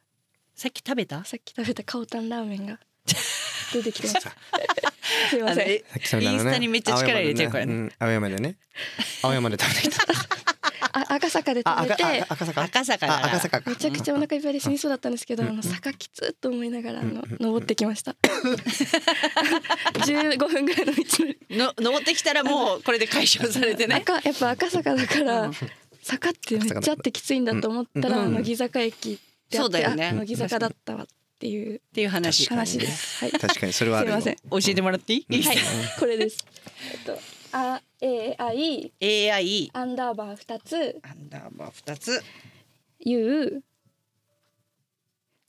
Speaker 4: さっき食べた
Speaker 10: さっき食べたカオタンラーメン が出てきてますすいま
Speaker 4: あ
Speaker 10: せん
Speaker 4: れ
Speaker 1: さっき食べたのね
Speaker 4: インスタにめっちゃ力入れてるからね
Speaker 1: うん青山でね青山で食べてきた
Speaker 10: あ赤坂で
Speaker 1: あ
Speaker 10: 食べ
Speaker 1: 赤
Speaker 10: て
Speaker 1: あ赤坂
Speaker 4: 赤坂だ
Speaker 1: あ赤坂か
Speaker 10: めちゃくちゃお腹いっぱいで死にそうだったんですけど、
Speaker 1: うん
Speaker 10: あの坂きつっと思いながらあの
Speaker 1: うん
Speaker 10: 登ってき ました。15分ぐらいの道のり。
Speaker 4: の登ってきたらもうこれで解消され てね。
Speaker 10: 赤やっぱ赤坂だか
Speaker 4: う
Speaker 10: ら
Speaker 4: ん
Speaker 10: 坂ってめっちゃあってきついんだと思った
Speaker 4: うん
Speaker 10: ら
Speaker 4: うん
Speaker 10: 乃木坂駅ってあ
Speaker 4: そ
Speaker 10: っ
Speaker 4: うだ
Speaker 10: て
Speaker 4: よ
Speaker 10: あ
Speaker 4: ね
Speaker 10: 乃木坂だったわっていう
Speaker 4: っていう
Speaker 1: 確
Speaker 4: 話。
Speaker 1: かに
Speaker 10: 話です。はい。
Speaker 1: 確かにそれはあるよ
Speaker 10: すいません
Speaker 4: 教えてもらっていい？
Speaker 10: はい。これです。えっと R A I
Speaker 4: AI
Speaker 10: アンダーバー二つ
Speaker 4: アンダーバー二つ
Speaker 10: U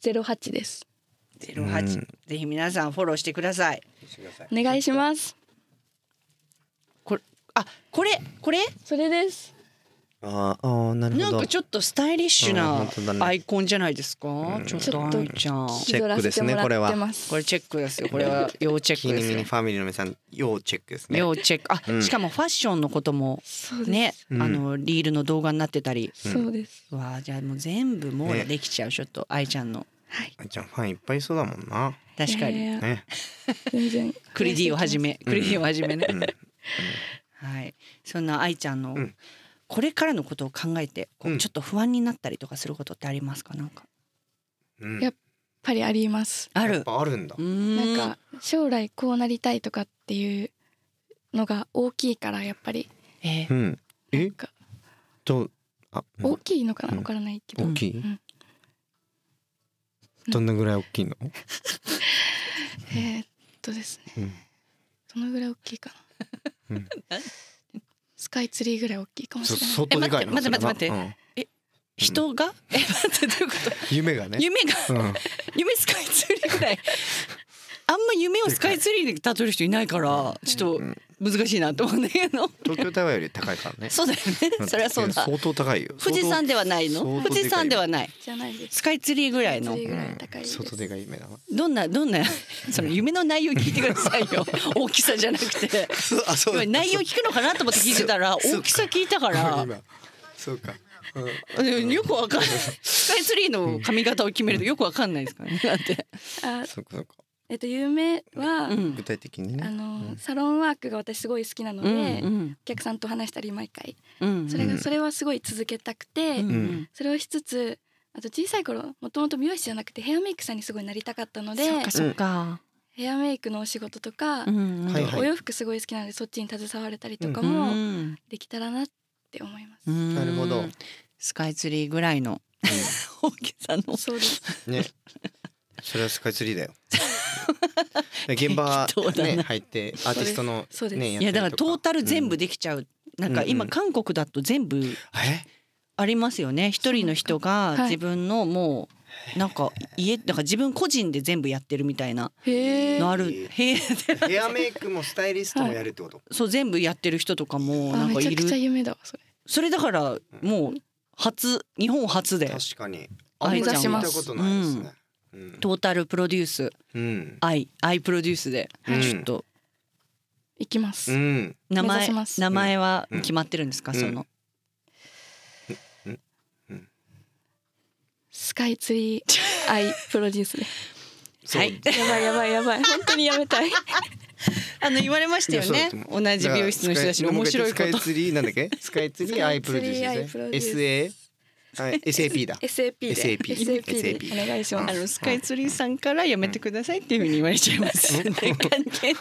Speaker 10: ゼロ八です。
Speaker 4: ゼロ八
Speaker 1: うん。
Speaker 4: ぜひ皆さんフォローしてください。
Speaker 10: お願いします。
Speaker 4: あこれこれ
Speaker 10: それです。
Speaker 1: あーあーなるほ
Speaker 4: な
Speaker 1: ど
Speaker 4: んかちょっとスタイリッシュ
Speaker 1: うん
Speaker 4: な
Speaker 1: 本当だね
Speaker 4: アイコンじゃないですか
Speaker 1: う。ん
Speaker 4: ちょっと愛ちゃん。
Speaker 1: チェックですねこれは
Speaker 10: 気取らせても
Speaker 4: これチェックですよ。これは要チェッ
Speaker 1: キー
Speaker 4: ク
Speaker 1: ニ
Speaker 4: です
Speaker 1: ング
Speaker 4: ね。
Speaker 1: ファミリーの皆さん要チェックですね
Speaker 4: 要チェック。あ、
Speaker 1: うん
Speaker 4: しかもファッションのことも
Speaker 10: そうです。
Speaker 4: ね、
Speaker 1: うん
Speaker 4: あのリールの動画になってたり。
Speaker 10: そうです。
Speaker 4: わあじゃあもう全部もう
Speaker 1: ね
Speaker 4: できちゃうちょっと愛ちゃんの
Speaker 1: あいちゃんファンいっぱいいそうだもんな
Speaker 4: 確か
Speaker 10: い
Speaker 4: に。
Speaker 10: やいや
Speaker 1: ね
Speaker 10: 全然。
Speaker 4: クリディをはじめ、クリディをはじめね
Speaker 1: う。ん
Speaker 4: はい、そんな愛ちゃんの、
Speaker 1: うん
Speaker 4: これからのことを考えてこう
Speaker 1: うん
Speaker 4: ちょっと不安になったりとかすることってありますかなんか
Speaker 1: うん
Speaker 10: やっやっぱりあります。
Speaker 4: あ
Speaker 1: やっぱあるんだ
Speaker 4: な
Speaker 10: なんか将来こうなりたいとかっていうのが大きいからやっぱり
Speaker 4: え
Speaker 1: う
Speaker 4: ー
Speaker 1: んえ
Speaker 10: なんか
Speaker 1: とあ
Speaker 10: 大きいのかな
Speaker 1: うん
Speaker 10: わからないけど、
Speaker 1: 大き
Speaker 10: う
Speaker 1: い
Speaker 10: ん
Speaker 1: どんなぐらい大きいの
Speaker 10: えーっとです
Speaker 1: う
Speaker 10: ね
Speaker 1: ん
Speaker 10: どのぐらい大きいかな、
Speaker 1: うん
Speaker 10: スカイツリーぐらい大きいかも
Speaker 1: そ
Speaker 10: しれない
Speaker 1: 相当でかいの
Speaker 4: え待って待って
Speaker 1: それは
Speaker 4: 人が、え待ってどういうこ
Speaker 1: うん夢 がね
Speaker 4: と夢が
Speaker 1: うん
Speaker 4: 夢スカイツリーぐらいあんま夢をスカイツリーで例える人いないからちょっと
Speaker 1: うん
Speaker 4: 難しいなと思うんだけど、
Speaker 1: 東京タワーより高いからね
Speaker 4: そうだよねそれはそうだ
Speaker 1: 相当高いよ
Speaker 4: 富士山ではないの
Speaker 1: 相当
Speaker 4: 富士山ではない
Speaker 10: じゃないです
Speaker 4: スカイツリーぐらいの
Speaker 10: スカイツリ
Speaker 1: 相
Speaker 10: ー
Speaker 1: 当
Speaker 10: ぐら
Speaker 1: う
Speaker 10: い
Speaker 1: ん
Speaker 10: 高い
Speaker 1: 相当でかい夢
Speaker 10: です
Speaker 1: だな
Speaker 4: どんなどんなその夢の内容聞いてください よ大きさじゃなくて
Speaker 1: あそ
Speaker 4: 今内容聞くのかなと思って聞いてたら
Speaker 1: そう
Speaker 4: 大きさ聞いたから
Speaker 1: 今そうかうん
Speaker 4: うんよくわかんないスカイツリーの髪型を決めるとよくわかんないです からねだって
Speaker 10: あ
Speaker 1: そうかそうか
Speaker 10: えっと夢は、
Speaker 4: うん
Speaker 1: 具体的に
Speaker 10: あ
Speaker 1: ね
Speaker 10: のサロンワークが私すごい好きなの
Speaker 4: う
Speaker 10: で、
Speaker 4: ん
Speaker 10: お客さんと話したり毎回
Speaker 4: うん
Speaker 10: それ
Speaker 1: う
Speaker 10: が
Speaker 1: ん
Speaker 10: それはすごい続けたくて、
Speaker 4: うんうん
Speaker 10: それをしつつあと小さい頃もともと美容師じゃなくてヘアメイクさんにすごいなりたかったので
Speaker 4: そっかそっか
Speaker 10: ヘアメイクのお仕事とか、
Speaker 4: うんうん
Speaker 1: はいはい
Speaker 10: お洋服すごい好きなのでそっちに携われたりとか
Speaker 4: う
Speaker 10: も
Speaker 4: ん
Speaker 10: できたらなって思います。
Speaker 4: うん
Speaker 1: なるほど
Speaker 4: スカイツリーぐらいの大きさの
Speaker 10: そうです。
Speaker 1: ねそれはスカイツリー だよ現場
Speaker 4: 適当だな
Speaker 1: ね入ってアーティストの
Speaker 10: そうですそうです
Speaker 1: ね
Speaker 4: いやだからトータル全部
Speaker 1: で
Speaker 4: できちゃうなんか
Speaker 1: う
Speaker 4: 今
Speaker 1: ん
Speaker 4: 韓国だと全部
Speaker 1: え
Speaker 4: ありますよね一人の人が
Speaker 10: はい
Speaker 4: 自分のもうなんか家だから自分個人で全部やってるみたいな
Speaker 10: へえ。
Speaker 4: のあ
Speaker 1: え
Speaker 4: る
Speaker 1: ー
Speaker 4: へえ
Speaker 1: ヘアメイクもスタイリストもやるってこと
Speaker 4: そう全部やってる人とかも
Speaker 10: あ
Speaker 4: なんか
Speaker 10: めちゃ
Speaker 4: い
Speaker 10: くちゃ
Speaker 4: る
Speaker 10: 夢だわそれ。
Speaker 4: それだからもう初日本初で
Speaker 1: 確かに
Speaker 4: あ
Speaker 10: 目指しま
Speaker 1: あん
Speaker 10: す
Speaker 1: り見たことないですねうん
Speaker 4: トータルプロデュース
Speaker 1: うん
Speaker 4: 愛愛プロデュースで
Speaker 1: はい
Speaker 4: ちょっと
Speaker 10: 行きま
Speaker 1: う
Speaker 10: す。
Speaker 1: ん
Speaker 4: 名
Speaker 10: 目指
Speaker 4: 前
Speaker 10: します
Speaker 4: 名前は
Speaker 1: うん
Speaker 4: 決まってるんですか
Speaker 1: うん
Speaker 4: その
Speaker 10: スカイツリー アイプロデュースで。
Speaker 1: そう
Speaker 4: はい
Speaker 10: やばいやばいやばい。本当にやめたい。
Speaker 4: あの言われましたよ
Speaker 1: いや
Speaker 4: ね
Speaker 1: そうだと
Speaker 4: 同
Speaker 1: 思う
Speaker 4: じ美容室の人たちに面白いこ
Speaker 1: だからスカイ
Speaker 4: と
Speaker 1: スカイツリーなんだっけスカイツリーアイプロデュースですね
Speaker 10: スカイツ
Speaker 1: SA はい SAP だ
Speaker 10: SAP で
Speaker 1: SAP
Speaker 10: SAP でお願いしま
Speaker 4: あ
Speaker 10: す
Speaker 4: のスカイツリーさんからやめてくださいっていうふうに言われちゃいますよね 関係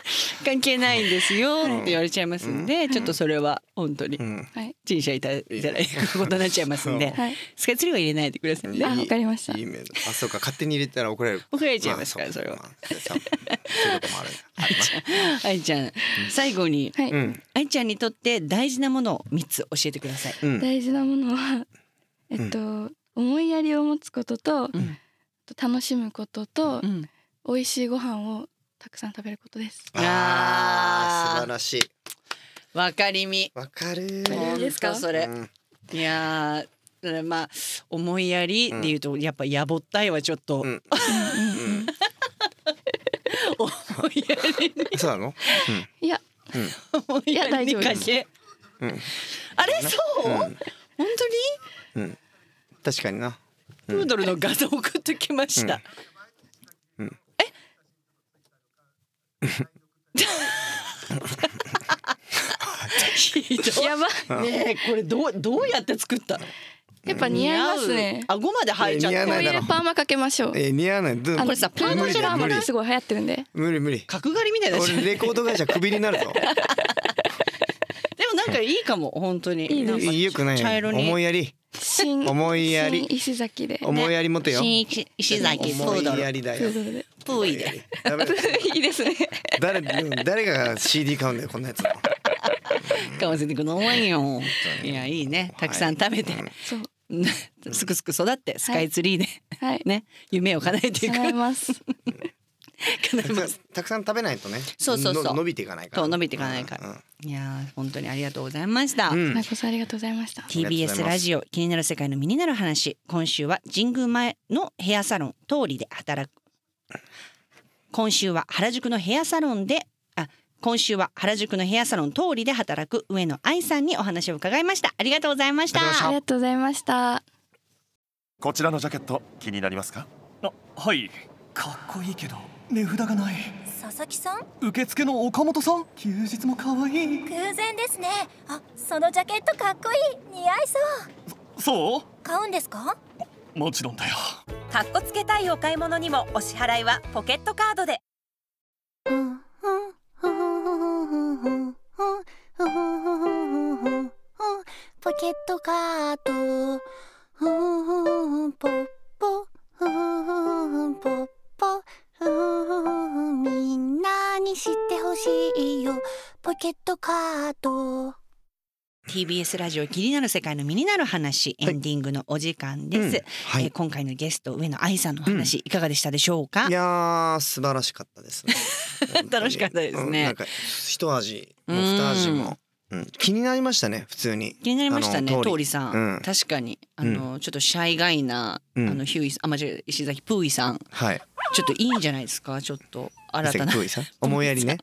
Speaker 4: 関係ないんですよって言われちゃいますんで、ちょっとそれは本当に
Speaker 1: うん
Speaker 10: はい
Speaker 4: 陳謝いただいたことになっちゃいますんで、
Speaker 10: はい
Speaker 4: スカイツリーは入れないでください
Speaker 1: いい
Speaker 4: ね。
Speaker 10: あわかりました
Speaker 1: いいメールあそうか勝手に入れたら怒られる
Speaker 4: 怒られちゃいますから
Speaker 1: あ
Speaker 4: それは
Speaker 1: まあそうかそういうこともあるあり ます
Speaker 4: 愛ちゃん、最後に
Speaker 10: はい、
Speaker 1: うん
Speaker 4: 愛ちゃんにとって大事なものを三つ教えてください。
Speaker 1: うん
Speaker 10: 大事なものはえっと、思いやりを持つことと
Speaker 4: うん
Speaker 10: 楽しむことと、
Speaker 4: うん、
Speaker 10: 美味しいご飯をたくさん食べることです
Speaker 1: あー
Speaker 4: あー
Speaker 1: 素晴らしい
Speaker 4: わかりみ。
Speaker 1: わかる
Speaker 10: いいですか
Speaker 4: 本当それ
Speaker 1: う。ん
Speaker 4: いやーだからまあ思いやりでいうとやっぱやぼったいはちょっと、
Speaker 1: うんうん
Speaker 4: 思いやり
Speaker 1: そうなの
Speaker 10: いや
Speaker 4: 思いやりにかけ
Speaker 1: うんうん
Speaker 4: あれそう、
Speaker 1: うん
Speaker 4: 本当に
Speaker 1: うん確かにな
Speaker 4: プードルの画像送ってきました、
Speaker 1: うんうん
Speaker 4: えひどい
Speaker 10: やば
Speaker 4: ねえこれどうどうやって作ったの
Speaker 10: やっぱ似合いますね
Speaker 4: 合う顎まで生えちゃっ
Speaker 1: いや似
Speaker 4: て
Speaker 10: こ
Speaker 1: 合わ
Speaker 10: う
Speaker 1: ない
Speaker 10: い
Speaker 1: だろ
Speaker 10: うパーマかけましょう
Speaker 1: えー似合わないどう無
Speaker 10: あの
Speaker 1: 理
Speaker 10: パーマ
Speaker 1: だ
Speaker 10: 白
Speaker 1: 無
Speaker 10: 髪
Speaker 1: 理
Speaker 10: がすごい流行ってるんで
Speaker 1: 無理無理
Speaker 4: 角刈りみたいなし
Speaker 1: 俺レコード会社クビにな るぞ
Speaker 4: でもなんかいいかも本当に
Speaker 10: いいね
Speaker 4: なんか
Speaker 1: いいよくないよ
Speaker 4: 茶色に
Speaker 1: 思いやり
Speaker 10: 新
Speaker 1: 思いやり
Speaker 10: 新石崎で
Speaker 1: 思いやり持てよ
Speaker 4: 新一石崎プ
Speaker 1: 思
Speaker 4: ード
Speaker 1: いや
Speaker 4: ル
Speaker 1: りだ
Speaker 10: プ
Speaker 1: よ
Speaker 10: ードルで
Speaker 4: プーイで
Speaker 1: ダメだよ
Speaker 10: いいですね
Speaker 1: 誰うん誰が CD 買うんだよこんなやつ
Speaker 4: 買わせてくださいよいやいいねたくさん食べて、
Speaker 10: そう
Speaker 4: すくすく育ってスカイツリーで、
Speaker 10: はい
Speaker 4: ね夢を叶えていく
Speaker 10: 叶えます
Speaker 4: 叶えます
Speaker 1: たくさん食べないとね
Speaker 4: そうそうそう
Speaker 1: の伸びていかないから
Speaker 4: そう伸びていかないからいやー本当にありがとうございました、
Speaker 1: うんうん
Speaker 10: なこさんありがとうございました
Speaker 1: りがとうございます
Speaker 4: TBS ラジオ気になる世界の身になる話今週は神宮前のヘアサロン通りで働く今週は原宿のヘアサロンであ今週は原宿のヘアサロン通りで働く上野愛さんにお話を伺いましたありがとうございました
Speaker 1: ありがとうございました
Speaker 10: ありがとうございました
Speaker 5: こちらのジャケット気になりますか
Speaker 8: あはいかっこいいけど値札がない
Speaker 7: 佐々木さん
Speaker 8: 受付の岡本さん休日も可愛い
Speaker 7: 偶然ですねあそのジャケットかっこいい似合いそう
Speaker 8: そ
Speaker 7: 買うんですか
Speaker 8: うもちろんだよ
Speaker 9: かっこつけたいお買い物にもお支払いはポケットカードで
Speaker 7: ポケットカードポッポポッポみんなに知ってほしいよポケットカード
Speaker 4: TBS ラジオ気になる世界の身になる話エンディングのお時間です、
Speaker 1: うんは
Speaker 4: え
Speaker 1: い
Speaker 4: ー今回のゲスト上野愛さんのお話、いかがでしたでしょうか
Speaker 1: いやー素晴らしかったですね
Speaker 4: 楽しかったですね
Speaker 1: 本当にうんなんか一味も二味もうん気になりましたね普通に
Speaker 4: 気になりましたね
Speaker 1: あの
Speaker 4: 通りさん、
Speaker 1: うん
Speaker 4: 確かにあの、ちょっとシャイガイな、
Speaker 1: うん
Speaker 4: あのヒューイあ間違え石崎プーイさん
Speaker 1: はい
Speaker 4: ちょっといいんじゃないですかちょっと新たな
Speaker 1: 伊勢久保井さん思いやりね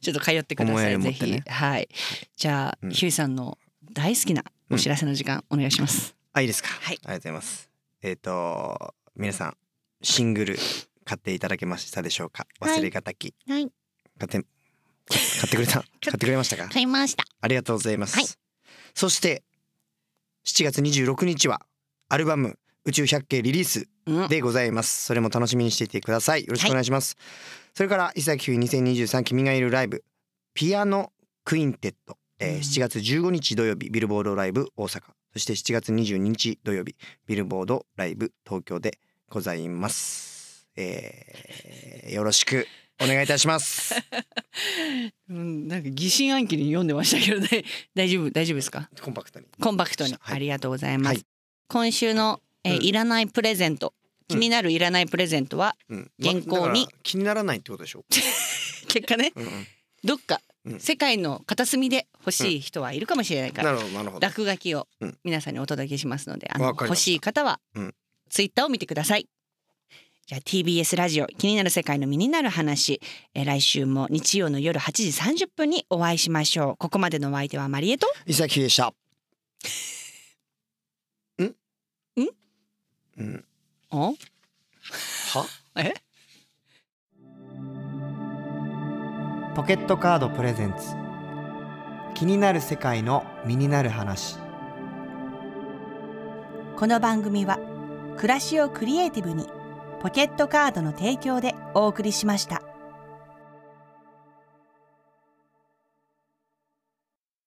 Speaker 4: ちょっと通ってくだ
Speaker 1: 思い
Speaker 4: さ
Speaker 1: やり
Speaker 4: い、
Speaker 1: 持
Speaker 4: ぜ
Speaker 1: ってね
Speaker 4: ひはいじゃあ、
Speaker 1: うん
Speaker 4: ヒューイさんの大好きなお知らせの時間、お願いします
Speaker 1: あいいですか、
Speaker 4: は
Speaker 1: あ
Speaker 4: い
Speaker 1: りがとうございますえっ、と皆さんシングル買っていただけましたでしょうか
Speaker 4: はい
Speaker 1: 忘れがたき、
Speaker 4: はい
Speaker 1: 買って買ってくれ た買ってくれましたか
Speaker 4: 買いました
Speaker 1: ありがとうございます、
Speaker 4: はい
Speaker 1: そして7月26日はアルバム宇宙百景リリース
Speaker 4: うん
Speaker 1: でございますそれも楽しみにしていてくださいよろしくお願いします、それから伊崎ひゅ2023君がいるライブピアノクインテッド、えー
Speaker 4: うん
Speaker 1: 7月15日土曜日ビルボードライブ大阪そして7月22日土曜日ビルボードライブ東京でございます、えーよろしくお願いいたし ます。
Speaker 4: うん、なんか疑心暗鬼に読んでましたけどね大丈夫大丈夫ですか
Speaker 1: コンパクトに。
Speaker 4: コンパクトに、
Speaker 1: はい
Speaker 4: ありがとうございま
Speaker 1: は
Speaker 4: す。
Speaker 1: い
Speaker 4: 今週の、えー
Speaker 1: うん
Speaker 4: いらないプレゼント気になるいらないプレゼントは、
Speaker 1: うん
Speaker 4: 原稿
Speaker 1: ま
Speaker 4: に
Speaker 1: だから気にならないってことでしょ。
Speaker 4: 結果ね
Speaker 1: うんうん
Speaker 4: どっか、
Speaker 1: うん
Speaker 4: 世界の片隅で欲しい人はいるかもしれないか
Speaker 1: な
Speaker 4: ら、
Speaker 1: るほどなるほど。
Speaker 4: 落書きを
Speaker 1: うん
Speaker 4: 皆さんにお届けしますので、あの
Speaker 1: わかり
Speaker 4: 欲
Speaker 1: ました
Speaker 4: しい方は、
Speaker 1: うん
Speaker 4: ツイッターを見てください。じゃあ TBS ラジオ気になる世界の身になる話、えー来週も日曜の夜8時30分にお会いしましょう。ここまでのお相手はマリエと
Speaker 1: 伊崎で した。ん？ん？うん。
Speaker 4: お
Speaker 1: は？
Speaker 4: え
Speaker 1: ポケットカードプレゼンツ。気になる世界の身になる話。
Speaker 2: この番組は暮らしをクリエイティブにポケットカードの提供でお送りしました。